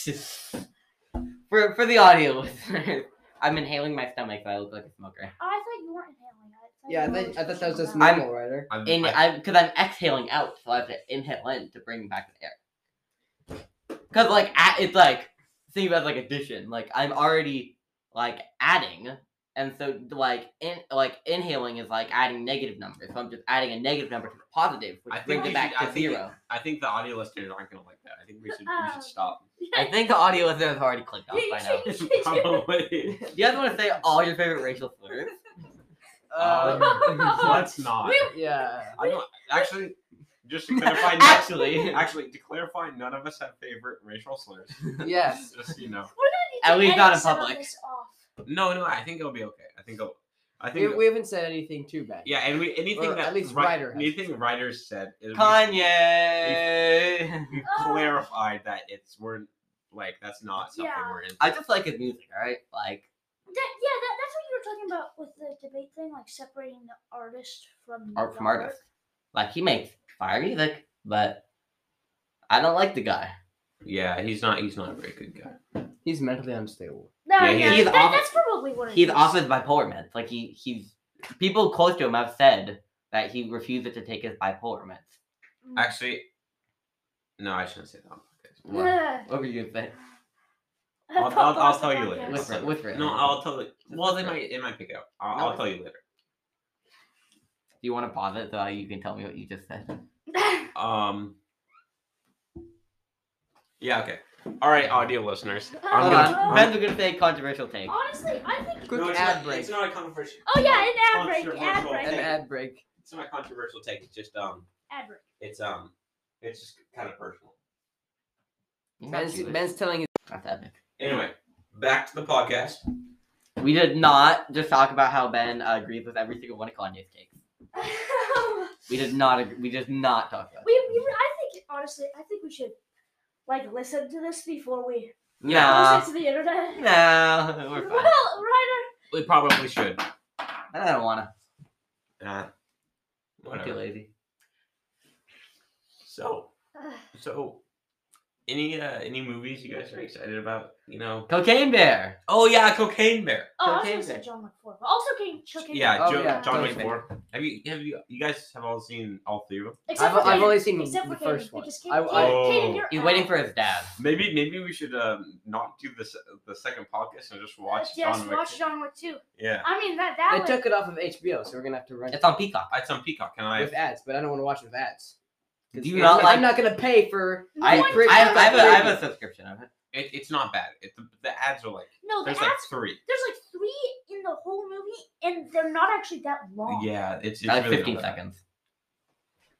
Speaker 2: for for the audio listeners, I'm inhaling my stomach. So I look like a smoker.
Speaker 3: I thought you weren't inhaling. I
Speaker 5: Yeah, I
Speaker 3: you
Speaker 5: thought, I
Speaker 3: were
Speaker 5: thought that was just
Speaker 3: pushing it out.
Speaker 5: normal, Ryder.
Speaker 1: I'm,
Speaker 2: In
Speaker 1: I-
Speaker 2: Um, I because I'm exhaling out, so I have to inhale in to bring back the air. Because like a- it's like think about it like addition. Like I'm already like adding, and so like in like inhaling is like adding negative numbers. So I'm just adding a negative number to the positive, which
Speaker 1: I think
Speaker 2: brings
Speaker 1: we
Speaker 2: it back
Speaker 1: should- I
Speaker 2: to
Speaker 1: think-
Speaker 2: zero.
Speaker 1: I think the audio listeners aren't gonna like that. I think we should we should stop.
Speaker 2: I think the audio listeners have already clicked off by now.
Speaker 5: Oh.
Speaker 1: Probably.
Speaker 2: Do you guys want to say all your favorite racial slurs? Uh,
Speaker 1: Um, let's not.
Speaker 3: We-
Speaker 5: Yeah.
Speaker 1: I don't actually. Just to clarify, actually,
Speaker 2: Actually,
Speaker 1: actually to clarify, none of us have favorite racial slurs.
Speaker 5: Yes.
Speaker 1: Just so you know.
Speaker 3: We're gonna need to
Speaker 2: At least
Speaker 3: edit
Speaker 2: not in
Speaker 3: some of
Speaker 2: public.
Speaker 3: this off.
Speaker 1: No, no, I think it'll be okay. I think it'll. I
Speaker 5: We,
Speaker 1: think.
Speaker 5: we haven't said anything too bad.
Speaker 1: yeah, and we anything
Speaker 5: Or
Speaker 1: that
Speaker 5: at least
Speaker 1: Ry-
Speaker 5: Ryder has.
Speaker 1: anything writers said is
Speaker 2: Kanye.
Speaker 3: Um,
Speaker 1: clarified that it's we're like that's not something
Speaker 3: Yeah.
Speaker 1: we're in.
Speaker 2: I just like his music, all right? Like,
Speaker 3: That, yeah, that, that's what you were talking about with the debate thing, like separating the artist from
Speaker 2: art
Speaker 3: the
Speaker 2: from artists. Like, he makes fire music, but I don't like the guy.
Speaker 1: Yeah, he's not. He's not a very good guy.
Speaker 5: He's mentally unstable.
Speaker 3: No,
Speaker 1: Yeah,
Speaker 3: yeah,
Speaker 1: he
Speaker 2: is
Speaker 3: that,
Speaker 2: off-
Speaker 3: that's probably what it
Speaker 2: He's
Speaker 3: is.
Speaker 2: off his bipolar meds. Like, he he's people close to him have said that he refuses to take his bipolar meds.
Speaker 3: Mm.
Speaker 1: Actually, no, I shouldn't say that. on podcast.
Speaker 3: Yeah.
Speaker 2: What were you gonna say?
Speaker 1: I'll- I'll- I'll
Speaker 3: Pause the
Speaker 1: tell you
Speaker 3: podcast.
Speaker 1: later.
Speaker 2: With,
Speaker 1: Listen,
Speaker 2: with Rihanna.
Speaker 1: No, I'll tell you. Well, they
Speaker 2: Right.
Speaker 1: might. It might pick up. I'll,
Speaker 2: No,
Speaker 1: I'll
Speaker 2: it-
Speaker 1: tell you later.
Speaker 2: Do you want to pause it so you can tell me what you just said?
Speaker 1: Um. Yeah. Okay. All right, audio listeners. I'm
Speaker 2: Hold
Speaker 1: gonna-
Speaker 2: on.
Speaker 1: I'm-
Speaker 2: Ben's gonna say controversial take.
Speaker 3: Honestly, I think.
Speaker 5: Quick
Speaker 1: No, it's
Speaker 5: ad
Speaker 1: not,
Speaker 5: break.
Speaker 1: It's not a controversial.
Speaker 3: Oh yeah, an ad break. Ad
Speaker 1: Controversial
Speaker 3: break.
Speaker 5: An
Speaker 1: take.
Speaker 5: ad break.
Speaker 1: It's not a controversial take. It's just um.
Speaker 3: Ad break.
Speaker 1: It's um. It's just kind of personal.
Speaker 2: You're not
Speaker 5: Ben's,
Speaker 2: Jewish.
Speaker 5: Ben's telling his.
Speaker 2: That's epic.
Speaker 1: Anyway, back to the podcast.
Speaker 2: We did not just talk about how Ben uh, agrees with every single one of Kanye's takes. We did not. Agree, we did not talk about.
Speaker 3: we, we, I think honestly, I think we should like listen to this before we
Speaker 2: it. Nah,
Speaker 3: listen to the internet.
Speaker 2: nah,
Speaker 3: Well,
Speaker 2: we're fine.
Speaker 3: Ryder,
Speaker 1: We probably should.
Speaker 2: I don't wanna.
Speaker 1: Uh,
Speaker 2: I'm too
Speaker 1: whatever.
Speaker 2: lazy.
Speaker 1: So, So, any uh, any movies you guys are excited about? You know.
Speaker 2: Cocaine Bear.
Speaker 1: Oh yeah, Cocaine Bear.
Speaker 3: Oh, I was
Speaker 5: Cocaine
Speaker 3: gonna say
Speaker 5: Bear.
Speaker 3: John McFour. but Also, King Cocaine
Speaker 1: Yeah,
Speaker 5: Oh,
Speaker 1: Joe,
Speaker 5: yeah,
Speaker 1: John Wick
Speaker 5: Cocaine Bear.
Speaker 1: Four. Have you have you you guys have all seen all three of them?
Speaker 3: Except
Speaker 5: I've-
Speaker 3: for
Speaker 5: I've
Speaker 3: Kanan,
Speaker 5: only seen
Speaker 3: except
Speaker 5: the
Speaker 3: for
Speaker 5: first
Speaker 3: Kanan,
Speaker 5: one.
Speaker 3: because
Speaker 5: I-
Speaker 3: Kanan,
Speaker 5: I-
Speaker 1: Oh.
Speaker 3: Kanan, you're
Speaker 2: He's waiting
Speaker 3: out.
Speaker 2: for his dad.
Speaker 1: Maybe maybe we should um, not do this the second podcast and just watch
Speaker 3: Uh, yes,
Speaker 1: John Wick.
Speaker 3: watch John Wick too.
Speaker 1: Yeah,
Speaker 3: I mean that that
Speaker 5: I
Speaker 3: was
Speaker 5: took it off of HBO, so we're gonna have to rent
Speaker 2: It's on Peacock.
Speaker 1: it's on Peacock. Can I?
Speaker 5: with ads, but I don't want to watch it with ads. 'Cause
Speaker 2: Do you
Speaker 5: it's
Speaker 2: not like-
Speaker 5: I'm not gonna pay for.
Speaker 3: No
Speaker 2: I, I,
Speaker 3: one
Speaker 5: Free-
Speaker 2: I, have, I, have a, I have
Speaker 5: free.
Speaker 2: a subscription of it.
Speaker 1: It, it's not bad. It, the, the ads are like
Speaker 3: no Oh, the
Speaker 1: there's
Speaker 3: ads.
Speaker 1: like three.
Speaker 3: There's like three in the whole movie, and they're not actually that long.
Speaker 1: Yeah, it's, it's
Speaker 2: Like
Speaker 1: really
Speaker 2: 15
Speaker 1: not bad.
Speaker 2: seconds.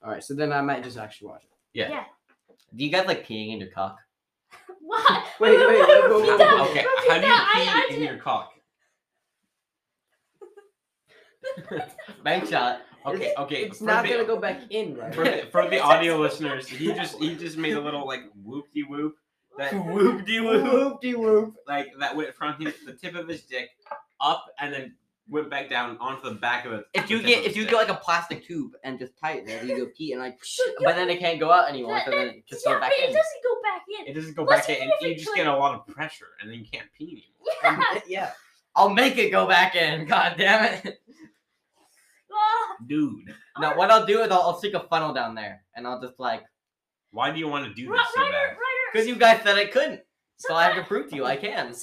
Speaker 5: All right, so then I might just actually watch it.
Speaker 1: Yeah.
Speaker 2: Do you guys like peeing in your cock?
Speaker 3: What?
Speaker 5: Wait, wait, wait, wait,
Speaker 3: repeat
Speaker 5: wait,
Speaker 3: that,
Speaker 5: wait.
Speaker 1: Okay,
Speaker 3: repeat
Speaker 1: how do you pee
Speaker 3: that, I- I
Speaker 1: in
Speaker 3: did-
Speaker 1: your cock?
Speaker 2: Bank shot.
Speaker 1: Okay, okay.
Speaker 5: It's
Speaker 1: for
Speaker 5: not
Speaker 1: the-
Speaker 5: gonna go back in, right?
Speaker 1: for the, for the audio listeners. He just he just made a little like whoop de whoop that whoop de whoop
Speaker 5: Whoop de whoop.
Speaker 1: like that went from his, the tip of his dick up and then went back down onto the back of it.
Speaker 2: If you get if you get like a plastic tube and just tie it there, you go pee and like, but then it can't go out anymore, so then it just
Speaker 3: yeah,
Speaker 2: goes back
Speaker 3: but it
Speaker 2: in.
Speaker 3: doesn't go back in.
Speaker 1: it doesn't go
Speaker 3: Plus,
Speaker 1: back in.
Speaker 3: even if
Speaker 1: You
Speaker 3: it
Speaker 1: just get a lot of pressure and then you can't pee anymore.
Speaker 3: Yeah.
Speaker 5: Yeah.
Speaker 2: I'll make it go back in. God damn it.
Speaker 3: Ah,
Speaker 1: Dude,
Speaker 2: No, what I'll do is I'll, I'll stick a funnel down there and I'll just like,
Speaker 1: why do you want to do
Speaker 3: Ri-
Speaker 1: this so
Speaker 3: Ryder,
Speaker 1: bad?
Speaker 3: Ryder.
Speaker 2: because you guys said I couldn't, so I have to
Speaker 3: Sometimes,
Speaker 2: prove to you I can.
Speaker 3: sometimes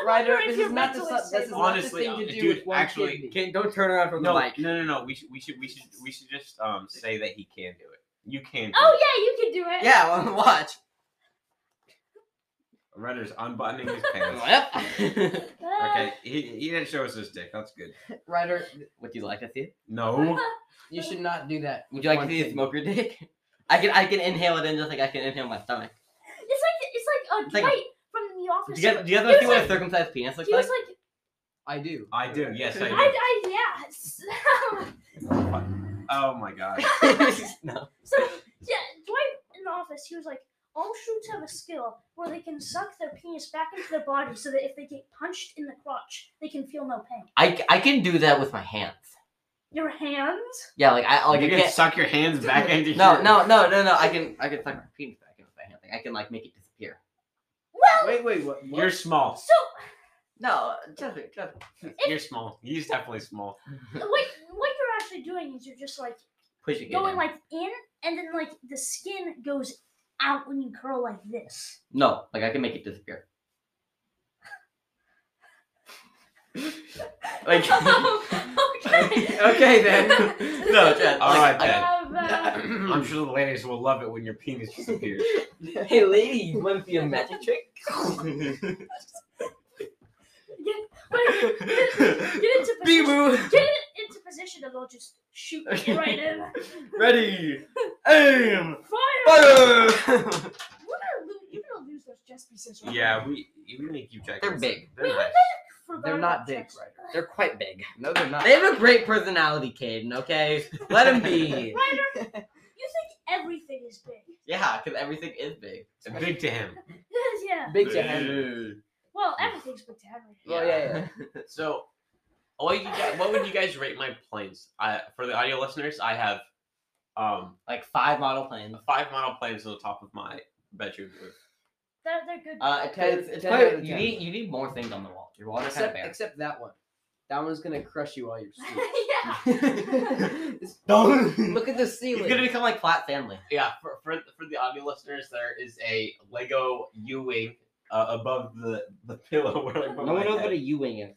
Speaker 3: I
Speaker 5: Ryder,
Speaker 3: wonder if
Speaker 5: this
Speaker 3: you're
Speaker 5: is not the
Speaker 3: mentally
Speaker 5: su- this is
Speaker 3: stable.
Speaker 5: not the
Speaker 1: Honestly,
Speaker 5: thing to
Speaker 1: uh,
Speaker 5: do
Speaker 1: dude,
Speaker 5: with one
Speaker 1: actually,
Speaker 5: kidney.
Speaker 2: Can't, don't turn around from
Speaker 1: No,
Speaker 2: the mic.
Speaker 1: no, no, no. We should we should we should we should just um say that he can do it. You can. Do
Speaker 3: Oh
Speaker 1: it.
Speaker 3: yeah, you can do it.
Speaker 2: Yeah, well, watch.
Speaker 1: Ryder's unbuttoning his pants.
Speaker 2: Yep.
Speaker 3: Ah,
Speaker 1: Okay, he, he didn't show us his dick. That's good.
Speaker 5: Ryder,
Speaker 2: Would you like to see it?
Speaker 1: No.
Speaker 5: you should not do that.
Speaker 2: Would you like
Speaker 5: One
Speaker 2: to see a
Speaker 5: thing.
Speaker 2: smoker dick? I can I can inhale it in just like I can inhale my stomach.
Speaker 3: It's like it's like a
Speaker 2: It's like a-
Speaker 3: Dwight from The Office.
Speaker 2: Do you guys, do you guys
Speaker 3: He
Speaker 2: want to see
Speaker 3: was
Speaker 2: what a circumcised penis
Speaker 3: like,
Speaker 2: looks
Speaker 3: he
Speaker 2: like?
Speaker 3: was like,
Speaker 5: I do.
Speaker 1: I do, yes, I
Speaker 3: I,
Speaker 1: do.
Speaker 3: I, yeah. So,
Speaker 1: Oh my god.
Speaker 2: no.
Speaker 3: so yeah, Dwight in The Office, he was like, all shoots have a skill where they can suck their penis back into their body so that if they get punched in the crotch, they can feel no pain.
Speaker 2: I, c- I can do that with my hands.
Speaker 3: Your hands?
Speaker 2: Yeah, like I like
Speaker 1: you
Speaker 2: I
Speaker 1: can
Speaker 2: can't.
Speaker 1: suck your hands back into
Speaker 2: No,
Speaker 1: here.
Speaker 2: no, no, no, no. I can I can suck my penis back in with my hand. Like, I can like make it disappear.
Speaker 3: Well,
Speaker 5: Wait, wait, what? what?
Speaker 1: You're small.
Speaker 3: so
Speaker 2: No, just just.
Speaker 1: You're small. He's definitely small.
Speaker 3: what what you're actually doing is you're just like
Speaker 2: Pushing it.
Speaker 3: going
Speaker 2: in.
Speaker 3: like in, and then like the skin goes out when you curl like this.
Speaker 2: No, like I can make it disappear. like
Speaker 3: okay.
Speaker 5: okay then.
Speaker 2: no, just,
Speaker 1: All right,
Speaker 2: like,
Speaker 1: then.
Speaker 3: Um, uh,
Speaker 1: I'm sure the ladies will love it when your penis disappears.
Speaker 5: hey lady, you want to see a magic trick?
Speaker 3: wait, get into
Speaker 2: Bee
Speaker 3: position.
Speaker 2: boo.
Speaker 3: Get it into position, and they'll just shoot you right in.
Speaker 2: Ready. Aim.
Speaker 3: Fire!
Speaker 2: Fire.
Speaker 3: We're gonna lose. You're gonna lose those just pieces. right?
Speaker 1: yeah, we we really keep track. of
Speaker 2: They're
Speaker 1: this.
Speaker 2: big.
Speaker 1: They're
Speaker 3: Wait,
Speaker 1: nice.
Speaker 3: Forgot
Speaker 5: They're
Speaker 3: about
Speaker 5: not big,
Speaker 3: chess.
Speaker 5: Ryder.
Speaker 2: They're quite big.
Speaker 5: No, they're not.
Speaker 2: Uh, They have a great personality, Caden. Okay, let them be.
Speaker 3: Ryder, you think everything is big?
Speaker 2: Yeah, because everything is big.
Speaker 1: They're big to him.
Speaker 3: yeah.
Speaker 5: Big to Henry.
Speaker 3: Well, everything's big to Henry.
Speaker 5: Well, yeah, yeah.
Speaker 1: So, what, you guys, what would you guys rate my planes? I, for the audio listeners, I have um
Speaker 2: Like five model planes.
Speaker 1: five model planes on the top of my bedroom roof.
Speaker 3: They're, they're good.
Speaker 2: Uh, it's,
Speaker 5: Ten-
Speaker 2: it's, it's
Speaker 5: ten
Speaker 2: quite-
Speaker 5: out of
Speaker 2: you
Speaker 5: ten.
Speaker 2: need you need more things on the wall. Your walls are kind of
Speaker 5: Except,
Speaker 2: bare.
Speaker 5: except that one. That one's gonna crush you while you're
Speaker 3: yeah.
Speaker 5: sleeping. Look at the
Speaker 2: He's
Speaker 5: ceiling.
Speaker 2: gonna become like flat family.
Speaker 1: Yeah, for, for for the audio listeners, there is a Lego U wing uh, above the the pillow where I put
Speaker 2: No
Speaker 1: Oh my
Speaker 2: one knows what
Speaker 1: head.
Speaker 2: a U wing is.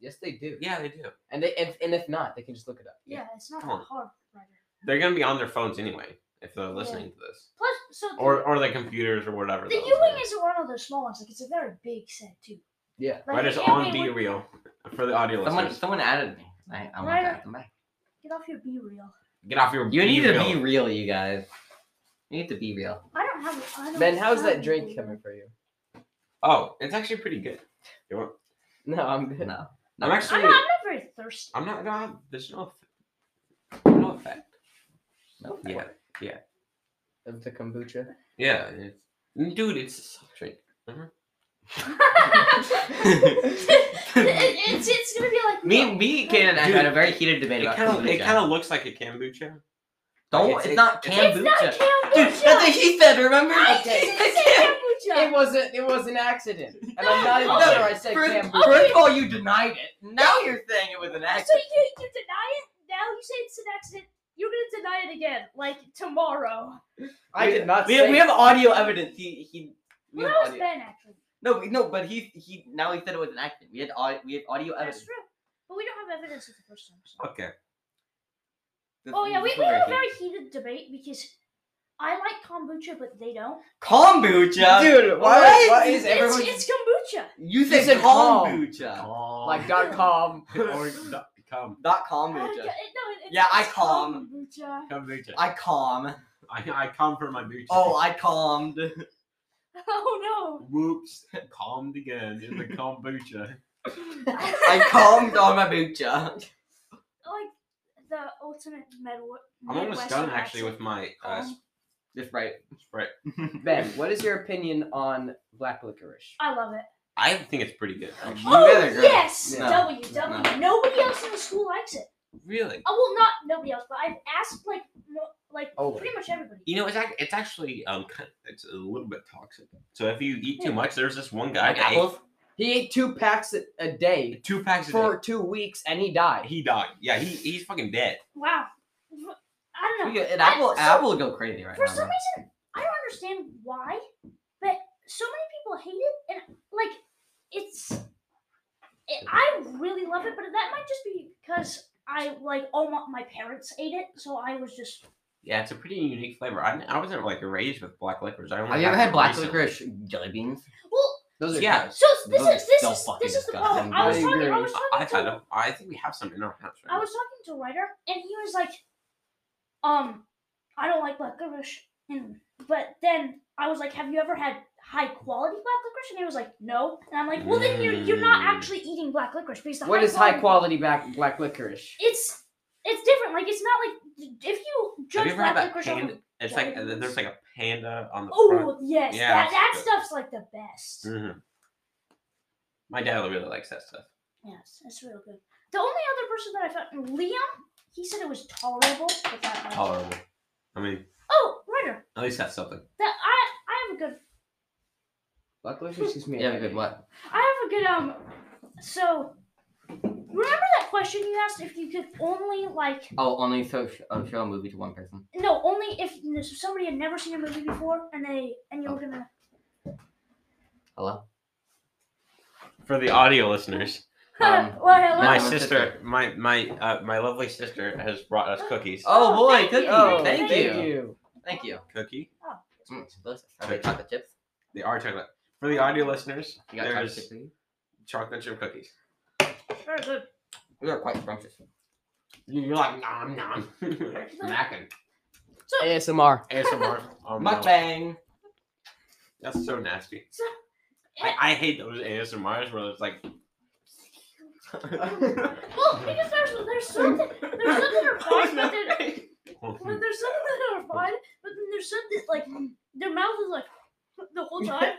Speaker 5: Yes, they do.
Speaker 1: Yeah, they do.
Speaker 5: And they, if, and if not, they can just look it up.
Speaker 3: Yeah, it's not
Speaker 1: Come on.
Speaker 3: that hard, Ryder.
Speaker 1: They're gonna be on their phones anyway if they're listening to this,
Speaker 3: Plus, so the-
Speaker 1: or or their computers or whatever.
Speaker 3: the
Speaker 1: they're
Speaker 3: U wing
Speaker 1: listening
Speaker 3: is one of those small ones. Like it's a very big set too.
Speaker 5: Yeah.
Speaker 1: to.
Speaker 3: Like,
Speaker 1: Writers
Speaker 3: the
Speaker 1: on
Speaker 3: U-wing
Speaker 1: B
Speaker 3: would-
Speaker 1: reel for the audio
Speaker 2: Someone
Speaker 1: listeners.
Speaker 2: someone added me. I, I want
Speaker 3: Right.
Speaker 2: to add them back.
Speaker 3: Get off your B reel.
Speaker 1: Get off your.
Speaker 2: You need to
Speaker 1: B-reel.
Speaker 2: be real, you guys. You need to be real.
Speaker 3: I don't have. I don't
Speaker 5: Ben, how's
Speaker 3: have
Speaker 5: that
Speaker 3: a
Speaker 5: drink
Speaker 3: B-reel.
Speaker 5: coming for you?
Speaker 1: Oh, it's actually pretty good. You want-
Speaker 5: No, I'm good.
Speaker 2: No.
Speaker 1: I'm actually.
Speaker 3: I'm not, I'm not very thirsty.
Speaker 1: I'm not. no, there's no. No effect.
Speaker 2: No.
Speaker 1: Yeah.
Speaker 5: Of the kombucha.
Speaker 1: Yeah. it's- dude, it's a soft drink.
Speaker 3: It- it's, it's gonna be like
Speaker 2: Me, me, Kaden, and I
Speaker 1: Dude,
Speaker 2: had a very heated debate
Speaker 1: It
Speaker 2: about
Speaker 1: kind of. It
Speaker 2: kombucha.
Speaker 1: kind of looks like a kombucha.
Speaker 2: Don't.
Speaker 1: It's-
Speaker 2: It's,
Speaker 1: it's-
Speaker 2: not
Speaker 1: it's-
Speaker 2: kombucha.
Speaker 3: It's not
Speaker 2: Dude,
Speaker 3: kombucha.
Speaker 2: that's what he said. Remember?
Speaker 3: I
Speaker 2: Okay.
Speaker 3: didn't say kombucha.
Speaker 5: It was a, it was an accident, and I'm not even
Speaker 2: Okay.
Speaker 5: sure I said
Speaker 2: First-
Speaker 5: Cam.
Speaker 2: First of all, you denied it. Now you're saying it was an
Speaker 3: So
Speaker 2: accident.
Speaker 3: you, you deny it now. You say it's an accident. You're gonna deny it again, like tomorrow.
Speaker 5: I did not.
Speaker 2: We
Speaker 5: say
Speaker 2: have, we have audio evidence. He he. We
Speaker 3: Well,
Speaker 2: have
Speaker 3: that was
Speaker 2: audio.
Speaker 3: Ben actually.
Speaker 2: No, we, no, but he he. Now he said it was an accident. We had audio. We have audio
Speaker 3: That's
Speaker 2: evidence.
Speaker 3: true. But we don't have evidence of the first time. so-
Speaker 1: Okay.
Speaker 2: This-
Speaker 3: Oh yeah, we,
Speaker 2: this
Speaker 3: we
Speaker 2: one
Speaker 3: had a
Speaker 2: right here.
Speaker 3: very heated debate because I like kombucha, but they don't.
Speaker 2: kombucha.
Speaker 5: Dude, why,
Speaker 2: What?
Speaker 5: why is
Speaker 2: It's-
Speaker 5: everyone
Speaker 3: It's, it's kombucha.
Speaker 2: you
Speaker 5: You
Speaker 2: said,
Speaker 5: said calm.
Speaker 2: kombucha.
Speaker 1: Oh.
Speaker 5: like dot com?
Speaker 1: Uh, or dot com.
Speaker 2: Not
Speaker 3: I
Speaker 2: kombucha.
Speaker 3: ca- Uh, it- no, it- it's,
Speaker 2: Yeah, I
Speaker 3: it's
Speaker 2: calm.
Speaker 3: Kombucha.
Speaker 1: Kombucha. I,
Speaker 2: I calm.
Speaker 1: I come for my boots.
Speaker 2: Oh, I calmed.
Speaker 3: Oh
Speaker 1: Whoops. Calmed again in the kombucha.
Speaker 3: no.
Speaker 2: I calmed on my bucha.
Speaker 3: like the ultimate medal.
Speaker 1: I'm almost done actually with my uh,
Speaker 2: Calm. That's right.
Speaker 1: Sprite.
Speaker 5: Ben, what is your opinion on black licorice?
Speaker 3: I love it.
Speaker 1: I think it's pretty good. actually.
Speaker 2: You guys
Speaker 3: Oh
Speaker 2: are great.
Speaker 3: yes,
Speaker 2: No,
Speaker 3: W W. Nobody else in the school likes it.
Speaker 1: Really?
Speaker 3: Oh well, not nobody else, but I've asked like no, like
Speaker 5: Oh,
Speaker 3: pretty much everybody.
Speaker 1: You know, it's act- it's actually um kind it's a little bit toxic. So if you eat too much, there's this one guy
Speaker 5: Like
Speaker 1: that
Speaker 5: apples? He ate two packs a, a day
Speaker 1: ate two packs a day.
Speaker 5: for two weeks, and he died.
Speaker 1: He died. Yeah, he, he's fucking dead.
Speaker 3: Wow. I don't know.
Speaker 2: We could- An apple,
Speaker 3: so-
Speaker 2: apple would go crazy right
Speaker 3: For
Speaker 2: now.
Speaker 3: some reason, I don't understand why, but so many people hate it, and like, it's. It, I really love it, but that might just be because I like all my, my parents ate it, so I was just.
Speaker 1: Yeah, it's a pretty unique flavor. I, I wasn't like raised with black licorice. I only
Speaker 2: Have you ever had black
Speaker 1: recently.
Speaker 2: licorice jelly beans?
Speaker 3: Well,
Speaker 5: Those are
Speaker 1: Yeah.
Speaker 5: gross.
Speaker 3: so this
Speaker 2: Those
Speaker 3: is this
Speaker 2: are
Speaker 3: is
Speaker 2: fucking
Speaker 3: this is the
Speaker 2: disgusting.
Speaker 3: problem. I was
Speaker 5: I
Speaker 3: talking. I
Speaker 5: agree.
Speaker 3: was
Speaker 1: I, I've
Speaker 3: talking
Speaker 1: had
Speaker 3: to
Speaker 1: them. I think we have some in our house. Right
Speaker 3: I was talking to Ryder, and he was like, um, I don't like black licorice. And, but then I was like, Have you ever had high quality black licorice? And he was like, No. And I'm like, Well, then you're, you're not
Speaker 1: Mm.
Speaker 3: actually eating black licorice because the
Speaker 5: What
Speaker 3: high
Speaker 5: is high quality black black licorice?
Speaker 3: It's it's different. Like it's not like if you
Speaker 1: now. Have
Speaker 3: judge
Speaker 1: you ever
Speaker 3: black
Speaker 1: had that
Speaker 3: licorice.
Speaker 1: panda?
Speaker 3: Over,
Speaker 1: It's like uh,
Speaker 3: jelly beans?
Speaker 1: there's like a panda on the front.
Speaker 3: oh yes,
Speaker 1: Yeah,
Speaker 3: that,
Speaker 1: that's
Speaker 3: that
Speaker 1: good.
Speaker 3: stuff's like the best.
Speaker 1: Mhm. My dad really likes that stuff.
Speaker 3: Yes, that's real good. The only other person that I found, Liam, he said it was tolerable. But that like-
Speaker 1: Tolerable. I mean,
Speaker 3: Oh, Ryder,
Speaker 1: at least that's something.
Speaker 3: that I I have a good
Speaker 5: Black licorice gives me.
Speaker 2: Yeah, good what?
Speaker 3: I have a good um. So, remember that question you asked if you could only like
Speaker 2: Oh, only so sh- oh, show a movie to one person.
Speaker 3: no only if you know, somebody had never seen a movie before and they and you were gonna
Speaker 2: Hello.
Speaker 1: For the audio listeners,
Speaker 2: Um,
Speaker 3: well, hello.
Speaker 1: my
Speaker 2: My
Speaker 1: sister,
Speaker 2: sister.
Speaker 1: my my uh, my lovely sister has brought us cookies.
Speaker 2: Oh,
Speaker 3: Oh,
Speaker 2: boy,
Speaker 3: thank
Speaker 2: good.
Speaker 3: you.
Speaker 2: Oh,
Speaker 3: Thank
Speaker 2: thank,
Speaker 5: Thank
Speaker 2: you.
Speaker 5: you.
Speaker 2: Thank you.
Speaker 1: Cookie.
Speaker 2: Mm, delicious. Are they chocolate chips?
Speaker 1: They are chocolate. For the audio listeners,
Speaker 2: You got chocolate
Speaker 1: there's
Speaker 2: chips? with you?
Speaker 1: chocolate chip cookies.
Speaker 3: very good.
Speaker 2: We are quite scrumptious.
Speaker 1: You're like nom nom, smacking.
Speaker 5: ASMR.
Speaker 1: ASMR. Oh, no.
Speaker 2: Mukbang.
Speaker 1: That's so nasty.
Speaker 3: So,
Speaker 1: I, I hate those ASMRs where it's like.
Speaker 3: well, because there's there's something there's something that are fine, but then
Speaker 1: um,
Speaker 3: well, there's something that are fine, but then there's something like their mouth is like the whole time,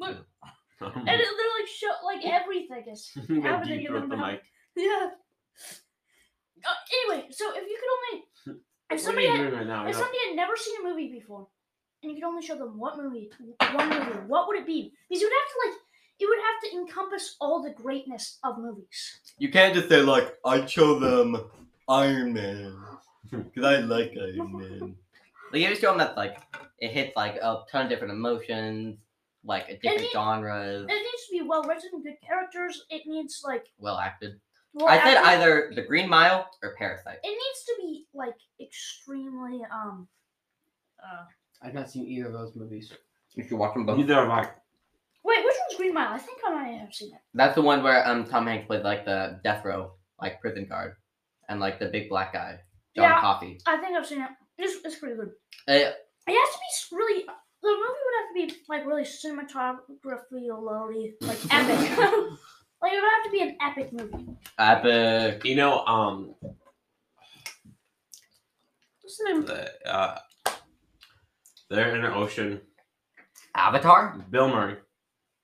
Speaker 3: and it, they're like shut like everything is
Speaker 1: They
Speaker 3: happening
Speaker 1: deep
Speaker 3: in their
Speaker 1: throat the
Speaker 3: mouth.
Speaker 1: mic.
Speaker 3: yeah. Uh, anyway, so if you could only if
Speaker 1: What are
Speaker 3: somebody
Speaker 1: you
Speaker 3: had
Speaker 1: doing right now? I
Speaker 3: If
Speaker 1: don't-
Speaker 3: somebody had never seen a movie before, and you could only show them what movie, one movie, what would it be? Because you would have to like, it would have to encompass all the greatness of movies.
Speaker 6: You can't just say like I show them Iron Man because I like Iron Man.
Speaker 2: Like you just show them that like it hits like a ton of different emotions, like different
Speaker 3: it-
Speaker 2: genres,
Speaker 3: It needs to be well written, good characters. It needs like,
Speaker 2: well acted.
Speaker 3: well,
Speaker 2: I said
Speaker 3: acted-
Speaker 2: either The Green Mile or Parasite.
Speaker 3: It needs to be like extremely um. Uh,
Speaker 5: I've not seen either of those movies.
Speaker 2: You should watch them both.
Speaker 1: Neither have I.
Speaker 3: wait, which one's Green Mile? I think I might have seen it.
Speaker 2: That's the one where um Tom Hanks played like the death row, like prison guard, and like the big black guy, John
Speaker 3: Yeah.
Speaker 2: Coffey.
Speaker 3: I think I've seen it. It's, it's pretty good.
Speaker 2: Uh,
Speaker 3: It has to be s- really. The movie would have to be like really cinematography, like epic. like it would have to be an epic movie.
Speaker 2: epic.
Speaker 1: You know, um, what's the name of the uh, they're in an ocean.
Speaker 2: Avatar.
Speaker 1: Bill Murray,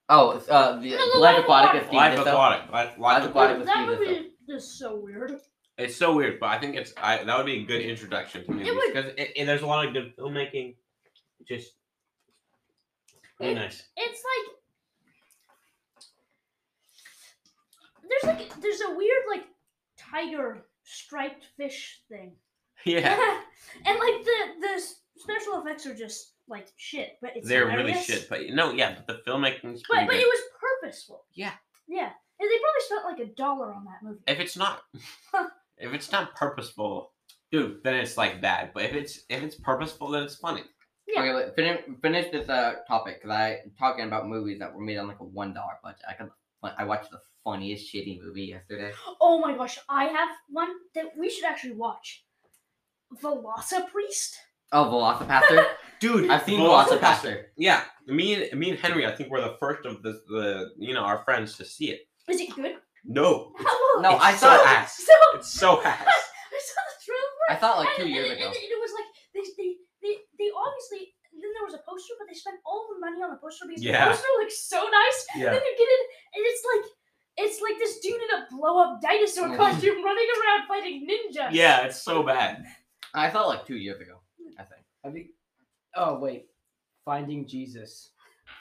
Speaker 2: Oh, it's, uh, the
Speaker 3: No, no,
Speaker 2: Life
Speaker 3: Life Aquatic.
Speaker 2: Aquatic. is Steve
Speaker 1: Life
Speaker 2: Ditko.
Speaker 1: Aquatic, Life, Life
Speaker 2: Aquatic.
Speaker 1: Aquatic.
Speaker 2: with
Speaker 3: that
Speaker 2: Steve
Speaker 3: movie is so weird.
Speaker 1: It's so weird, but I think it's I, that would be a good introduction to movies
Speaker 3: would-
Speaker 1: because there's a lot of good filmmaking. Just really
Speaker 3: It-
Speaker 1: nice.
Speaker 3: It's like there's like there's a weird like tiger striped fish thing.
Speaker 1: Yeah,
Speaker 3: and like the the s- special effects are just like shit, but it's
Speaker 1: they're really
Speaker 3: hilarious.
Speaker 1: shit, but no, yeah, but the filmmaking is pretty
Speaker 3: But but it
Speaker 1: good.
Speaker 3: was purposeful.
Speaker 1: Yeah.
Speaker 3: Yeah. And they probably spent like a dollar on that movie.
Speaker 1: If it's not, if it's not purposeful,
Speaker 4: Dude.
Speaker 1: then it's like bad. But if it's if it's purposeful, then it's funny.
Speaker 3: Yeah.
Speaker 2: Okay, wait, finish, finish this uh, topic because I talking about movies that were made on like a one dollar budget. I got the, fun- I watched the funniest shitty movie yesterday.
Speaker 3: Oh my gosh, I have one that we should actually watch. Velocipriest?
Speaker 2: Oh, Velocipastor,
Speaker 1: Dude,
Speaker 2: I've seen
Speaker 1: Velocipastor.
Speaker 2: Velocipastor.
Speaker 1: Yeah, me and me and Henry, I think we're the first of the the you know our friends to see it.
Speaker 3: Is it good?
Speaker 1: No,
Speaker 2: No,
Speaker 1: It's
Speaker 2: I
Speaker 1: so
Speaker 2: saw it.
Speaker 1: ass.
Speaker 3: So
Speaker 1: it's so ass.
Speaker 3: I saw the trailer.
Speaker 2: I saw it like two
Speaker 3: and,
Speaker 2: years
Speaker 3: and,
Speaker 2: ago.
Speaker 3: And, and it was like they, they, they, they obviously. Then there was a poster, but they spent all the money on the poster because
Speaker 1: Yeah.
Speaker 3: the poster looks so nice.
Speaker 1: Yeah,
Speaker 3: Then you get in, and it's like it's like this dude in a blow up dinosaur
Speaker 2: Mhm.
Speaker 3: costume running around fighting ninjas.
Speaker 1: yeah, it's so bad.
Speaker 2: I saw it like two years ago. I think
Speaker 5: I think. Oh wait, Finding Jesus.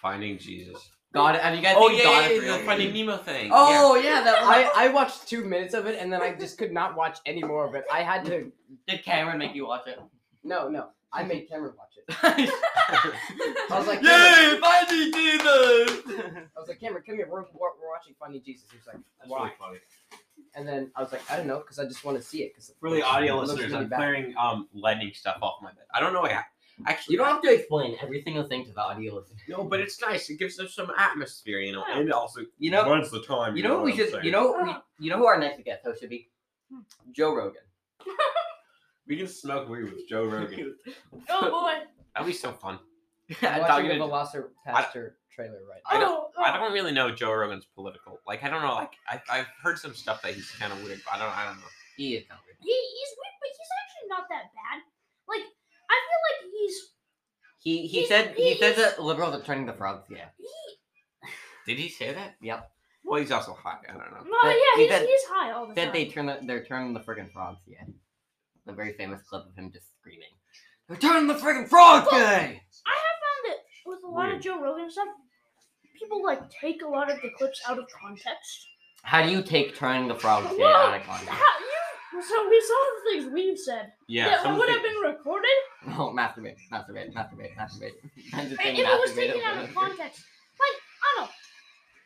Speaker 1: Finding Jesus.
Speaker 2: God, have you guys
Speaker 1: Oh
Speaker 2: seen
Speaker 1: yeah, yeah,
Speaker 2: God of
Speaker 1: yeah, the
Speaker 2: Real?
Speaker 1: Finding Nemo thing.
Speaker 5: Oh yeah, that I I watched two minutes of it and then I just could not watch any more of it. I had to.
Speaker 2: Did Cameron make you watch it?
Speaker 5: No, no, I made Cameron watch it.
Speaker 1: yeah.
Speaker 5: I was like, Cameron,
Speaker 6: Yay! Finding Jesus!
Speaker 5: I was like, Cameron, come here. We're, we're, we're watching Finding Jesus. He was like,
Speaker 1: That's
Speaker 5: why?
Speaker 1: really funny.
Speaker 5: And then I was like, I don't know, because I just want to see it. Because
Speaker 1: For the audio
Speaker 5: It looks
Speaker 1: listeners,
Speaker 5: really
Speaker 1: I'm
Speaker 5: bad.
Speaker 1: clearing um lightning stuff off my bed. I don't know why. I- Actually,
Speaker 2: You don't have to explain every single thing to the audio listener.
Speaker 1: No, but it's nice. It gives us some atmosphere, you know, and it also
Speaker 2: You know,
Speaker 6: When's the time?
Speaker 2: you know what we
Speaker 6: I'm
Speaker 2: should,
Speaker 6: saying?
Speaker 2: you know, what we, you know who our next guest host should be? Joe Rogan.
Speaker 1: we can smoke weed with Joe Rogan.
Speaker 3: Oh boy.
Speaker 1: That'd be so fun.
Speaker 5: I'm
Speaker 2: I'm talking
Speaker 5: watching the
Speaker 2: to-
Speaker 5: Velociraptor trailer right
Speaker 1: I don't-
Speaker 3: oh, oh.
Speaker 1: I don't really know Joe Rogan's political. Like I don't know. Like I, I've heard some stuff that he's kind of weird. But I don't. I don't know.
Speaker 2: He is hungry.
Speaker 3: He, he's weird, but he's actually not that bad. Like I feel like he's
Speaker 2: He he
Speaker 3: He's-
Speaker 2: said he
Speaker 3: he-
Speaker 2: said that liberals are turning the frogs. Yeah.
Speaker 3: he.
Speaker 1: Did he say that?
Speaker 2: Yep.
Speaker 1: Well, he's also high. I don't know.
Speaker 3: No,
Speaker 2: That-
Speaker 3: yeah,
Speaker 2: he
Speaker 3: he's,
Speaker 2: said-
Speaker 3: he's high all the
Speaker 2: Said
Speaker 3: time.
Speaker 2: they turn the, they're turning the friggin' frogs. Yeah. The very famous clip of him just screaming. They're turning the friggin' frogs gay.
Speaker 3: I have found that with a lot
Speaker 1: Weird.
Speaker 3: of Joe Rogan stuff, people like take a lot of the clips out of context.
Speaker 2: How do you take turning the frogs gay
Speaker 3: Whoa.
Speaker 2: out of context?
Speaker 3: How, you, so we saw the things we've said
Speaker 1: Yeah.
Speaker 3: that
Speaker 1: some
Speaker 3: would
Speaker 1: thing-
Speaker 3: have been recorded,
Speaker 2: No, masturbate, masturbate, masturbate, masturbate. I'm
Speaker 3: and
Speaker 2: just saying
Speaker 3: if it was
Speaker 2: masturbate
Speaker 3: taken
Speaker 2: over
Speaker 3: out
Speaker 2: and
Speaker 3: of
Speaker 2: over.
Speaker 3: context. Like I don't, know. I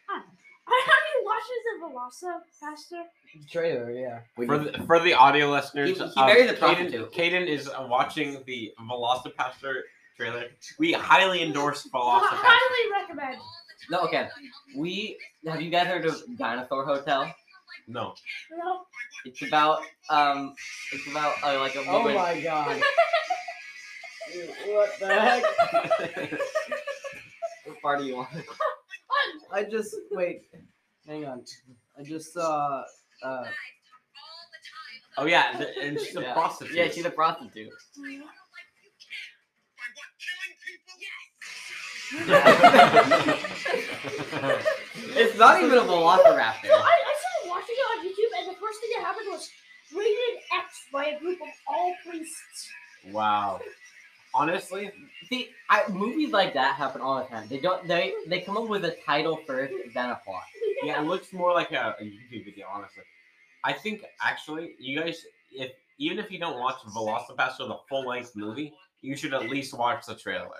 Speaker 3: don't. know. I have you watched the Velocipaster?
Speaker 5: now. Trailer, yeah.
Speaker 2: When
Speaker 1: For
Speaker 2: you-
Speaker 1: the, for the audio listeners,
Speaker 2: He- he
Speaker 1: um,
Speaker 2: married a
Speaker 1: Caden,
Speaker 2: prostitute.
Speaker 1: Caden is uh, watching the Velocipaster trailer. We highly endorse
Speaker 3: I
Speaker 1: Velocipaster.
Speaker 3: highly recommend.
Speaker 2: No, okay. We have you guys heard of Dinosaur Hotel?
Speaker 1: No,
Speaker 3: You know,
Speaker 2: It's about um, it's about uh, like a
Speaker 5: Oh
Speaker 2: woman.
Speaker 5: my god. Dude, what the heck?
Speaker 2: What part do you want?
Speaker 3: I'm-
Speaker 5: I just wait. Hang on. I just saw. Uh,
Speaker 1: Oh yeah, th- and she's a
Speaker 2: Yeah.
Speaker 1: prostitute.
Speaker 2: Yeah, she's a prostitute. It's not even a
Speaker 3: no, I, I
Speaker 2: velociraptor.
Speaker 3: started watching it on YouTube, and the first thing that happened was rated X by a group of all priests.
Speaker 1: wow. Honestly,
Speaker 2: See, I, movies like that happen all the time. They don't. They they come up with a title first, then a plot.
Speaker 1: yeah, it looks more like a, a YouTube video. Honestly, I think actually, you guys, if even if you don't watch Velocipaster, the full length movie, you should at least watch the trailer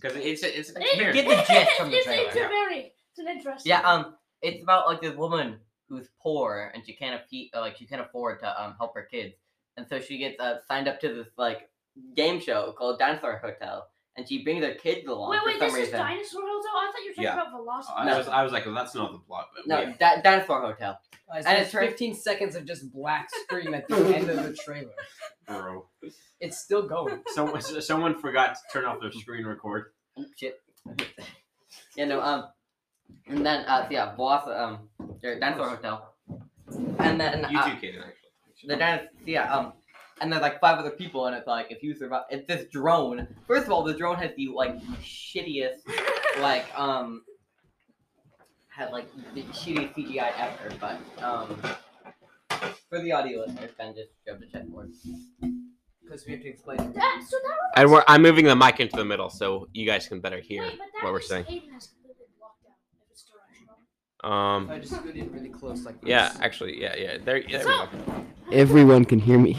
Speaker 1: because it's a, it's an experience.
Speaker 2: Get the gist from the
Speaker 3: it's, it's
Speaker 2: trailer.
Speaker 3: a very, it's an interesting.
Speaker 2: Yeah. Um. It's about like this woman who's poor and she can't afford like she can't afford to um help her kids, and so she gets uh, signed up to this like game show called Dinosaur Hotel, and she brings her kids along
Speaker 3: Wait,
Speaker 2: for
Speaker 3: wait,
Speaker 2: some
Speaker 3: this is
Speaker 2: reason.
Speaker 3: Dinosaur Hotel? I thought you were talking
Speaker 1: Yeah.
Speaker 3: about Velocity.
Speaker 1: I was I was like, well, that's not the plot, but
Speaker 2: no,
Speaker 1: yeah.
Speaker 2: Di- Dinosaur Hotel.
Speaker 5: and
Speaker 2: it's
Speaker 5: it's
Speaker 2: her-
Speaker 5: 15 seconds of just black screen at the end of the trailer.
Speaker 1: bro.
Speaker 5: It's still going.
Speaker 1: Someone someone forgot to turn off their screen record.
Speaker 2: Oh, shit. yeah, no, um, and then, uh, so yeah, Boss, um, or Dinosaur Hotel. And then,
Speaker 1: You
Speaker 2: uh,
Speaker 1: too, Kaden, actually.
Speaker 2: the dinosaur, yeah, um, and there's like five other people, and it's like, if you survive, if this drone, first of all, the drone has the, like, shittiest, like, um, had like the shittiest CGI ever, but, um, For the audio listeners, Ben just grabbed the checkboard.
Speaker 5: Because we have to explain.
Speaker 3: That, so that reminds
Speaker 1: And we're I'm moving the mic into the middle so you guys can better hear
Speaker 3: Wait, but that
Speaker 1: what we're
Speaker 3: means
Speaker 1: saying.
Speaker 3: Aiden has completely blocked out if it's directional.
Speaker 1: Um.
Speaker 5: I just scoot in really close like this.
Speaker 1: Yeah, actually, yeah, yeah. There, yeah, there we go.
Speaker 5: Everyone can hear me.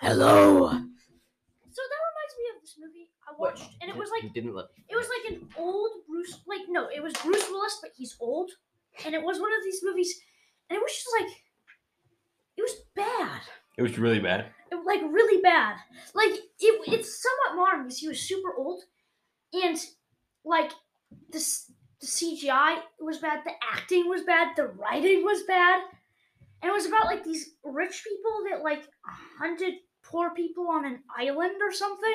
Speaker 2: Hello.
Speaker 3: So that reminds me of this movie I watched, and it was like
Speaker 2: You didn't look.
Speaker 3: it was like an old Bruce, like no, it was Bruce Willis, but he's old, and it was one of these movies, and it was just like it was bad,
Speaker 1: It was really bad.
Speaker 3: it, was, like really bad. Like it, it's somewhat modern because he was super old, and like this the CGI was bad, the acting was bad, the writing was bad, and it was about like these rich people that like hunted poor people on an island or something.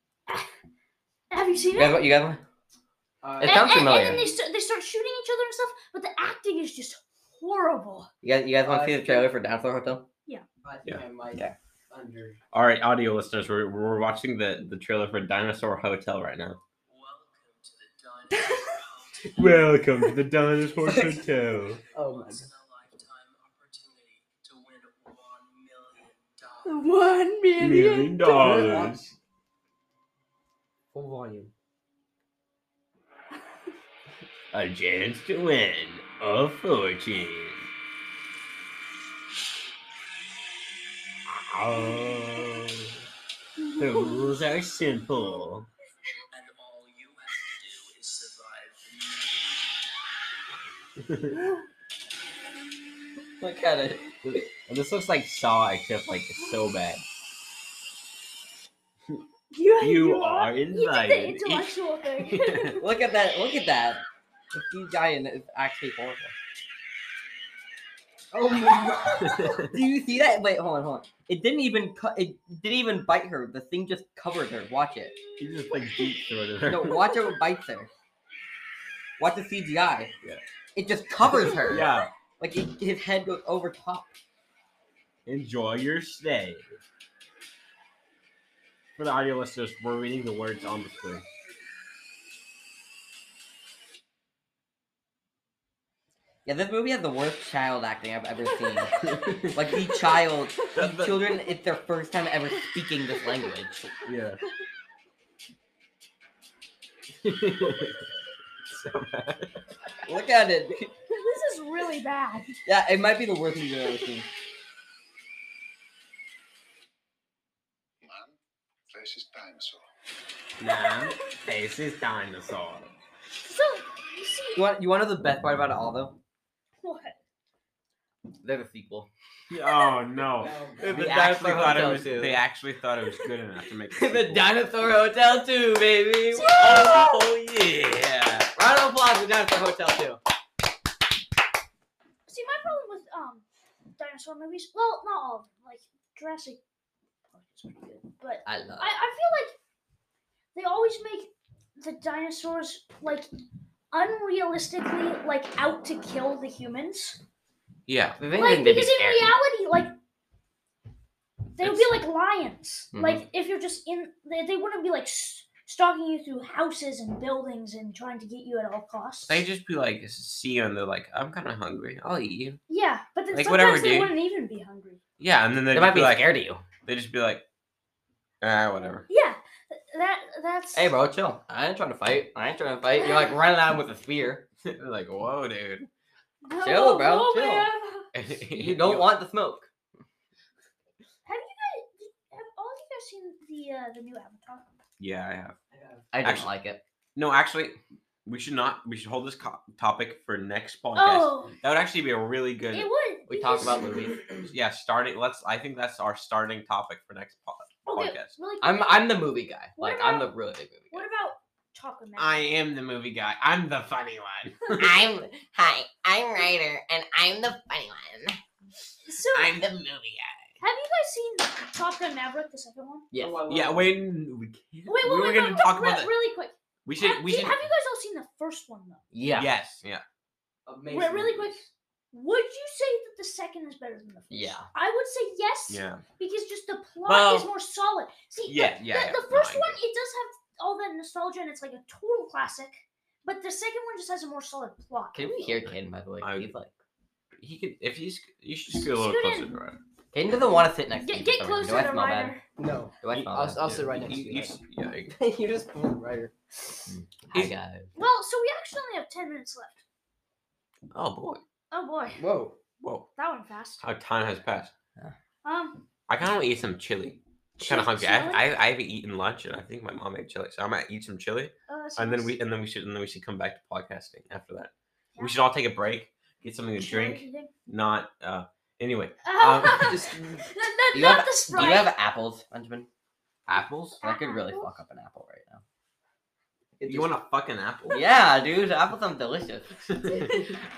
Speaker 3: Have you seen
Speaker 2: You
Speaker 3: it?
Speaker 2: guys, you guys.
Speaker 5: Uh,
Speaker 2: It sounds
Speaker 3: and, and- And then
Speaker 2: familiar.
Speaker 3: they, st- they start shooting each other and stuff, but the acting is just horrible.
Speaker 2: You guys, you guys want
Speaker 5: Uh,
Speaker 2: to see the trailer for Dinosaur Hotel?
Speaker 5: I think
Speaker 1: Yeah.
Speaker 5: I might
Speaker 2: Yeah.
Speaker 5: under.
Speaker 1: All right, audio listeners, we're, we're watching the, the trailer for Dinosaur Hotel right now.
Speaker 5: Oh
Speaker 1: Welcome to the Dinosaur Hotel.
Speaker 5: Oh my god.
Speaker 2: One
Speaker 1: Million dollars.
Speaker 5: Full volume.
Speaker 1: A chance to win a fortune. Oh, the rules are simple.
Speaker 7: and all you have to do is survive.
Speaker 2: Look at it.
Speaker 1: This looks like Saw, except like so bad.
Speaker 3: You,
Speaker 1: You are
Speaker 3: You did the
Speaker 1: invited.
Speaker 3: intellectual thing.
Speaker 2: Look at that. Look at that. The CGI in it is actually horrible. Oh my god. Do you see that? Wait, hold on, hold on. It didn't even cut. It didn't even bite her. The thing just covered her. Watch it.
Speaker 1: He just like deep throated her.
Speaker 2: No, watch it bites her. Watch the CGI.
Speaker 1: Yeah.
Speaker 2: It just covers her.
Speaker 1: Yeah.
Speaker 2: Like it, his head goes over top.
Speaker 1: Enjoy your stay. For the audio listeners, we're reading the words on the screen.
Speaker 2: Yeah, this movie has the worst child acting I've ever seen. like the child,
Speaker 1: The-
Speaker 2: the,
Speaker 1: the-
Speaker 2: children, it's their first time ever speaking this language.
Speaker 1: Yeah. so bad.
Speaker 2: Look at it.
Speaker 3: this is really bad.
Speaker 2: Yeah, it might be the worst movie I've ever seen.
Speaker 8: Man versus dinosaur.
Speaker 1: Man, face is dinosaur.
Speaker 3: So, you see,
Speaker 2: You want you want to know the best part about it all though?
Speaker 3: what?
Speaker 2: There's a sequel.
Speaker 1: Oh no.
Speaker 2: The dinosaur hotel too.
Speaker 1: they actually thought it was good enough to make a
Speaker 2: the
Speaker 1: sequel.
Speaker 2: Dinosaur Hotel 2, baby! Woo!
Speaker 1: Oh yeah.
Speaker 2: Round of applause for Dinosaur Hotel
Speaker 3: See, my problem with um dinosaur movies, well, not all of them, like Jurassic Park is pretty good, but
Speaker 2: 2. I love
Speaker 3: I, I feel like they always make the dinosaurs like unrealistically like out to kill the humans.
Speaker 1: Yeah.
Speaker 2: The thing
Speaker 3: like
Speaker 2: is, they'd be
Speaker 3: because in
Speaker 2: scared.
Speaker 3: reality, like they would be like lions.
Speaker 1: Mm-hmm.
Speaker 2: Mhm.
Speaker 3: Like if you're just in, they, they wouldn't be like s- stalking you through houses and buildings and trying to get you at all costs.
Speaker 1: They just be like see you and they're like, I'm kinda hungry. I'll eat you.
Speaker 3: yeah, but then
Speaker 1: Like,
Speaker 3: sometimes
Speaker 1: whatever,
Speaker 3: they
Speaker 1: dude.
Speaker 3: wouldn't even be hungry.
Speaker 1: Yeah, and then they'd
Speaker 2: They
Speaker 1: just
Speaker 2: might
Speaker 1: be
Speaker 2: be
Speaker 1: like
Speaker 2: scared of you.
Speaker 1: they just be like, ah, whatever.
Speaker 3: Yeah, th- that that's.
Speaker 2: Hey, bro, chill. I ain't trying to fight. I ain't trying to fight. You're like running at him with a spear.
Speaker 1: They're like, whoa, dude.
Speaker 3: No,
Speaker 2: chill, bro,
Speaker 3: no,
Speaker 2: chill.
Speaker 3: man.
Speaker 2: You don't want the smoke.
Speaker 3: Have all of you guys seen the uh, the new Avatar?
Speaker 1: Yeah, I have.
Speaker 2: I didn't
Speaker 1: Actually-
Speaker 2: like it.
Speaker 1: No, actually, we should not. We should hold this co- topic for next podcast.
Speaker 3: Oh,
Speaker 1: That would actually be a really good.
Speaker 3: it would.
Speaker 2: We talked
Speaker 3: because-
Speaker 2: about movies.
Speaker 1: yeah, starting. Let's. I think that's our starting topic for next po-
Speaker 3: Okay,
Speaker 1: podcast.
Speaker 3: really quick,
Speaker 2: I'm I'm the movie guy.
Speaker 3: What
Speaker 2: Like I'm
Speaker 3: about-
Speaker 2: the really big movie
Speaker 3: What about Chocolate Man?
Speaker 1: I am the movie guy. I'm the funny one.
Speaker 9: I'm hi, I'm Ryder, and I'm the funny one.
Speaker 3: so, have
Speaker 9: I'm the movie guy.
Speaker 3: you guys seen Top Gun Maverick, the second one?
Speaker 2: Yes.
Speaker 5: Oh,
Speaker 1: yeah, wait. n- We can't.
Speaker 3: Wait, wait,
Speaker 1: we were
Speaker 3: wait,
Speaker 1: gonna
Speaker 3: wait,
Speaker 1: talk
Speaker 3: wait,
Speaker 1: about
Speaker 3: re-
Speaker 1: that.
Speaker 3: really quick.
Speaker 1: We should.
Speaker 3: have,
Speaker 1: We
Speaker 3: do-
Speaker 1: should.
Speaker 3: have you guys all seen the first one though?
Speaker 2: Yeah.
Speaker 1: Yes. Yeah.
Speaker 5: Amazing.
Speaker 3: Wait, really quick.
Speaker 5: movies.
Speaker 3: Would you say that the second is better than the first?
Speaker 2: Yeah.
Speaker 3: I would say yes.
Speaker 1: Yeah.
Speaker 3: Because just the plot is
Speaker 1: Well,
Speaker 3: more solid. See, the-
Speaker 1: yeah, yeah,
Speaker 3: the,
Speaker 1: yeah,
Speaker 3: the
Speaker 1: no,
Speaker 3: first
Speaker 1: I
Speaker 3: one it does have all that nostalgia and it's like a total classic, but the second one just has a more solid plot.
Speaker 2: Can we hear Caden by the way?
Speaker 1: I-
Speaker 2: He's like
Speaker 1: he could if he's you should just get a little
Speaker 3: Scoot
Speaker 1: closer
Speaker 3: in.
Speaker 1: to Ryder.
Speaker 2: Caden doesn't want to sit next to
Speaker 3: Get
Speaker 2: me.
Speaker 3: get
Speaker 2: for some reason.
Speaker 3: closer
Speaker 2: Do I
Speaker 3: to
Speaker 2: smell bad?
Speaker 3: Ryder.
Speaker 5: No,
Speaker 2: Do I
Speaker 1: You-
Speaker 2: smell
Speaker 5: I'll,
Speaker 2: bad?
Speaker 5: I'll sit right next
Speaker 1: Oh, You,
Speaker 5: to you.
Speaker 1: you, s- yeah, I-
Speaker 5: you just pulled right here.
Speaker 2: Hi,
Speaker 1: Is-
Speaker 2: guys.
Speaker 3: Well, so we actually only have ten minutes left.
Speaker 1: oh boy,
Speaker 3: Oh boy,
Speaker 5: Whoa.
Speaker 1: whoa,
Speaker 3: that went fast.
Speaker 1: how time has passed.
Speaker 3: Um,
Speaker 1: I kind of want to eat some chili. Kind of
Speaker 3: chi-
Speaker 1: hungry. I,
Speaker 3: chili?
Speaker 1: I I haven't eaten lunch, and I think my mom made chili, so I might eat some chili.
Speaker 3: Uh, so
Speaker 1: and then
Speaker 3: it's-
Speaker 1: we and then we should and then we should come back to podcasting after that.
Speaker 3: Yeah.
Speaker 1: We should all take a break, get something to
Speaker 3: chili
Speaker 1: drink.
Speaker 3: eating.
Speaker 1: Not uh anyway.
Speaker 3: Uh,
Speaker 1: Um, just-
Speaker 3: n- n-
Speaker 2: Do you
Speaker 3: not
Speaker 2: have-
Speaker 3: the
Speaker 2: Do
Speaker 3: sprite.
Speaker 2: you have apples, Benjamin?
Speaker 1: Apples?
Speaker 2: I could really
Speaker 3: Apples?
Speaker 2: fuck up an apple right now.
Speaker 1: You want a fucking apple?
Speaker 2: Yeah, dude, apples are delicious.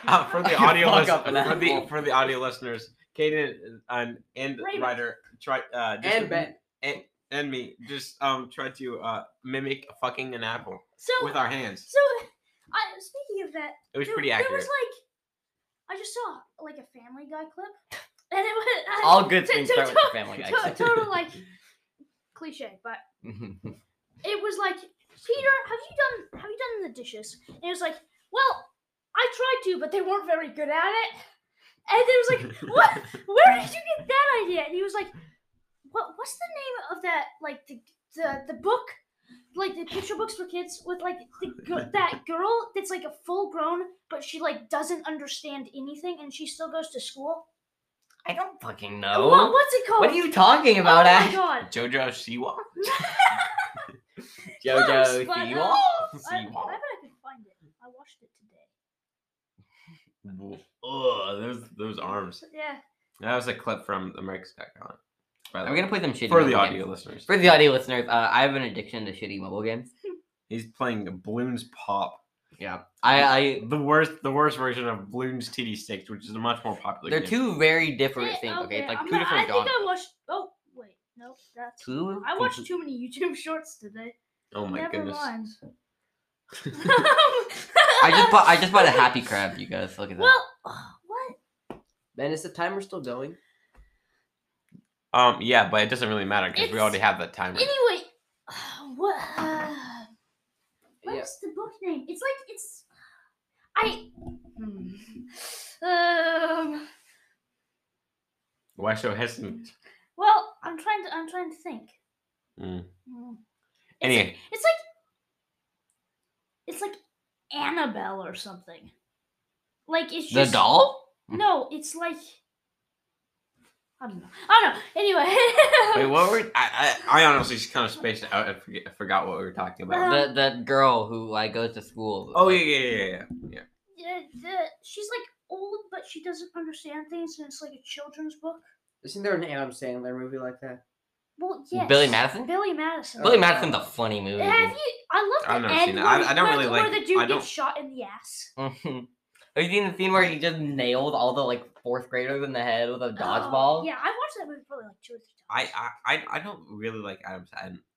Speaker 1: Uh, for the
Speaker 2: I could
Speaker 1: audio
Speaker 2: fuck
Speaker 1: lis-
Speaker 2: up an
Speaker 1: for the
Speaker 2: apple.
Speaker 1: for the audio listeners, Kaden and and
Speaker 3: Raven.
Speaker 1: Ryder try uh just
Speaker 5: And Ben.
Speaker 1: and, and me just um try to uh mimic fucking an apple
Speaker 3: so
Speaker 1: with our hands.
Speaker 3: so. I, speaking of that,
Speaker 1: It was
Speaker 3: there,
Speaker 1: pretty
Speaker 3: there
Speaker 1: accurate.
Speaker 3: was like, I just saw like a Family Guy clip, and it was
Speaker 2: All good
Speaker 3: to-
Speaker 2: things
Speaker 3: to-
Speaker 2: start with
Speaker 3: to-
Speaker 2: the family guy.
Speaker 3: to- total like cliche, but it was like, Peter, have you done have you done the dishes? And it was like, well, I tried to, but they weren't very good at it. And it was like, what? Where did you get that idea? And he was like, what? What's the name of that? Like the the, the book, like the picture books for kids with like the, gi- that girl that's like a full grown, but she like doesn't understand anything, and she still goes to school.
Speaker 2: I don't fucking
Speaker 3: What,
Speaker 2: know.
Speaker 3: what's it called?
Speaker 2: Oh. What are you talking
Speaker 3: Oh
Speaker 2: about,
Speaker 3: my
Speaker 2: Ash?
Speaker 3: god.
Speaker 1: Jojo Siwa.
Speaker 3: Close,
Speaker 2: Jojo,
Speaker 3: but,
Speaker 2: see
Speaker 3: uh, I, I bet
Speaker 1: Siwa.
Speaker 3: I could find it. I watched it today.
Speaker 1: Ugh, those those arms.
Speaker 3: So, yeah.
Speaker 1: That was a clip from America's Got Talent. By the
Speaker 2: I'm
Speaker 1: way,
Speaker 2: gonna play them shitty
Speaker 1: for the
Speaker 2: mobile
Speaker 1: audio
Speaker 2: games.
Speaker 1: listeners,
Speaker 2: For the audio listeners, uh, I have an addiction to shitty mobile games.
Speaker 1: he's playing Bloons Pop,
Speaker 2: Yeah, I, I
Speaker 1: the worst, the worst version of Bloons TD6, which is a much more popular.
Speaker 2: they're
Speaker 1: game.
Speaker 2: two very
Speaker 3: Eh,
Speaker 2: different things. Okay, it's like
Speaker 3: I'm
Speaker 2: two
Speaker 3: not-
Speaker 2: different
Speaker 3: I think
Speaker 2: genres.
Speaker 3: I watched. Oh wait, nope. That's.
Speaker 2: Two.
Speaker 3: I watched
Speaker 2: complete-
Speaker 3: too many YouTube shorts today.
Speaker 1: Oh my
Speaker 3: Never
Speaker 1: goodness!
Speaker 3: mind.
Speaker 2: I just bought. I just bought a Happy Crab. You guys, look at that.
Speaker 3: Well, ugh, what?
Speaker 5: Ben, is the timer still going?
Speaker 1: Um, yeah, but it doesn't really matter because we
Speaker 3: It's-
Speaker 1: already have that timer.
Speaker 3: Anyway, what? Uh, what's
Speaker 5: Yeah.
Speaker 3: the book name? It's like it's. I. hmm. Um.
Speaker 1: Why so hesitant?
Speaker 3: Well, I'm trying to. I'm trying to think.
Speaker 1: Mm.
Speaker 3: Hmm. It's like-
Speaker 1: Anyway,
Speaker 3: It's like it's like Annabelle or something. Like it's
Speaker 2: the
Speaker 3: just
Speaker 2: doll.
Speaker 3: No, it's like I don't know. I don't know. Anyway,
Speaker 1: wait, what were I? I, I honestly just kind of spaced out and forget, I forgot what we were talking about.
Speaker 3: Uh,
Speaker 2: The the girl who like goes to school.
Speaker 1: oh yeah,
Speaker 2: like,
Speaker 1: yeah, yeah, yeah.
Speaker 3: yeah, the, she's like old, but she doesn't understand things, and it's like a children's book.
Speaker 5: Isn't there an Adam Sandler movie like that?
Speaker 3: Well, yes.
Speaker 2: Billy Madison?
Speaker 3: Billy Madison.
Speaker 2: Billy
Speaker 5: Oh,
Speaker 2: Madison's a funny movie.
Speaker 3: Have you? I love
Speaker 1: I've
Speaker 3: the
Speaker 1: never
Speaker 3: end
Speaker 1: seen it.
Speaker 3: where,
Speaker 1: I- I don't
Speaker 3: where-
Speaker 1: really
Speaker 3: where
Speaker 1: like-
Speaker 3: the dude
Speaker 1: I don't-
Speaker 3: gets shot in the ass.
Speaker 2: dude. Have you seen the scene where he just nailed all the like fourth graders in the head with a
Speaker 3: Oh,
Speaker 2: dodgeball?
Speaker 3: yeah, I've watched that movie probably like two or three
Speaker 1: I,
Speaker 3: times.
Speaker 1: I, I, I don't really like Adam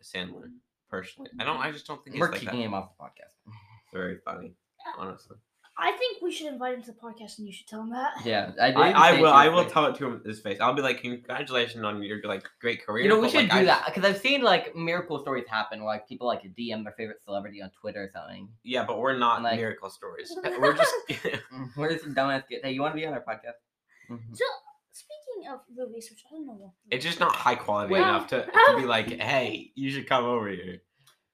Speaker 1: Sandler personally. I don't. I just don't think
Speaker 2: We're
Speaker 1: it's like
Speaker 2: kicking
Speaker 1: that
Speaker 2: him off the podcast.
Speaker 1: very funny, honestly.
Speaker 3: I think we should invite him to the podcast, and you should tell him that.
Speaker 2: Yeah, I, did
Speaker 1: I, I
Speaker 2: say
Speaker 1: will.
Speaker 2: to
Speaker 1: I
Speaker 2: his
Speaker 1: will
Speaker 2: face.
Speaker 1: tell it to him in his face. I'll be like, "Congratulations on your like great career."
Speaker 2: You know, we
Speaker 1: but,
Speaker 2: should
Speaker 1: like,
Speaker 2: do
Speaker 1: I just-
Speaker 2: that because I've seen like miracle stories happen where like people like DM their favorite celebrity on Twitter or something.
Speaker 1: yeah, but we're not
Speaker 2: Like-
Speaker 1: miracle stories. We're just. Mm-hmm.
Speaker 2: Where's the dumbass kid? Hey, you want to be on our podcast? Mhm.
Speaker 3: Speaking of movies, which I don't know. what-
Speaker 1: it's just not high quality
Speaker 3: Wait.
Speaker 1: enough to, to be like, "Hey, you should come over here."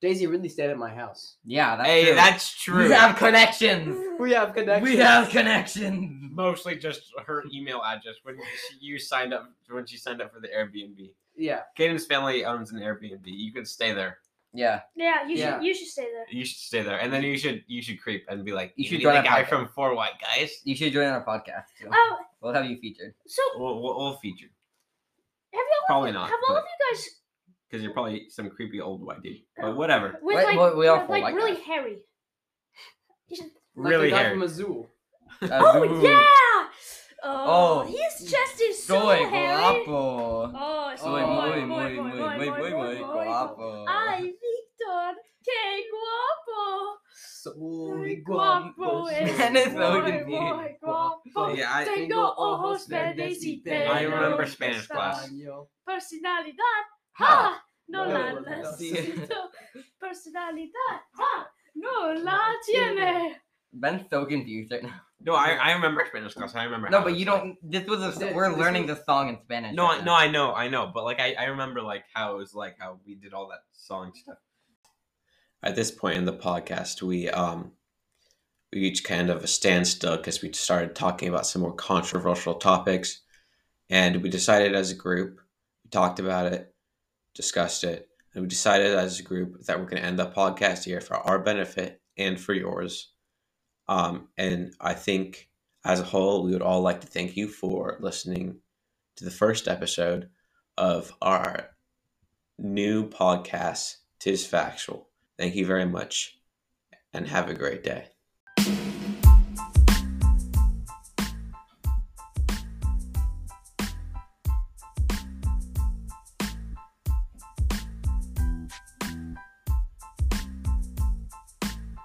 Speaker 5: Daisy really stayed at my house.
Speaker 2: Yeah, that's
Speaker 1: hey,
Speaker 2: true.
Speaker 1: that's true.
Speaker 2: We have connections.
Speaker 5: We have connections.
Speaker 2: We have connections.
Speaker 1: Mostly just her email address when she, you signed up when she signed up for the Airbnb.
Speaker 5: Yeah.
Speaker 1: Caden's family owns an Airbnb. You could stay there.
Speaker 2: Yeah,
Speaker 3: Yeah, you
Speaker 5: Yeah.
Speaker 3: should. You should stay there.
Speaker 1: You should stay there, and then you should you should creep and be like,
Speaker 2: You should
Speaker 1: be
Speaker 2: join
Speaker 1: the
Speaker 2: our
Speaker 1: guy
Speaker 2: podcast."
Speaker 1: from Four White Guys."
Speaker 2: you should join our podcast. Too.
Speaker 5: Uh,
Speaker 3: Oh,
Speaker 2: We'll have you featured.
Speaker 3: so
Speaker 1: We'll, we'll, we'll feature
Speaker 3: have you all?
Speaker 1: Probably not,
Speaker 3: Have all
Speaker 1: but-
Speaker 3: of you guys
Speaker 1: because you're probably some creepy old white dude,
Speaker 3: Oh.
Speaker 1: but whatever.
Speaker 3: with
Speaker 2: Wait,
Speaker 3: like,
Speaker 2: what- we all
Speaker 3: with,
Speaker 2: fall
Speaker 3: like
Speaker 2: like
Speaker 3: really
Speaker 2: that.
Speaker 3: hairy?
Speaker 5: Like
Speaker 1: really
Speaker 5: the guy
Speaker 1: hairy.
Speaker 5: from Azul.
Speaker 2: Uh,
Speaker 3: Oh
Speaker 2: ooh,
Speaker 3: yeah! Oh,
Speaker 2: Oh,
Speaker 3: his chest is so
Speaker 2: Soy
Speaker 3: hairy.
Speaker 2: guapo.
Speaker 3: Oh, so
Speaker 2: Soy
Speaker 5: Oh,
Speaker 2: muy,
Speaker 3: muy,
Speaker 2: muy, muy, muy, muy, muy guapo.
Speaker 3: Ay, Victor, qué guapo.
Speaker 5: Soy
Speaker 3: guapo es.
Speaker 2: Man, it's so
Speaker 3: muy,
Speaker 2: confusing.
Speaker 3: muy guapo.
Speaker 1: Yeah, I,
Speaker 3: Tengo ojos verdes y pelo.
Speaker 1: I remember Spanish class.
Speaker 3: Personalidad, ah, no,
Speaker 5: No,
Speaker 3: la
Speaker 5: no, no.
Speaker 3: necesito. Personalidad, ah, no la tiene.
Speaker 2: Ben's so confused right now.
Speaker 1: No, I, I remember Spanish class. I remember.
Speaker 2: No,
Speaker 1: how
Speaker 2: but
Speaker 1: it
Speaker 2: you
Speaker 1: was, like-
Speaker 2: don't. This was a.
Speaker 5: Th-
Speaker 2: We're
Speaker 5: this
Speaker 2: learning
Speaker 5: was-
Speaker 2: this song in Spanish.
Speaker 1: No,
Speaker 2: right
Speaker 1: I,
Speaker 2: now.
Speaker 1: no, I know, I know, but like I, I remember like how it was like how we did all that song stuff. At this point in the podcast, we um we each kind of a standstill because we started talking about some more controversial topics, and we decided as a group, we talked about it, discussed it, and we decided as a group that we're going to end the podcast here for our benefit and for yours. Um, and I think as a whole, we would all like to thank you for listening to the first episode of our new podcast, Tis Factual. Thank you very much and have a great day.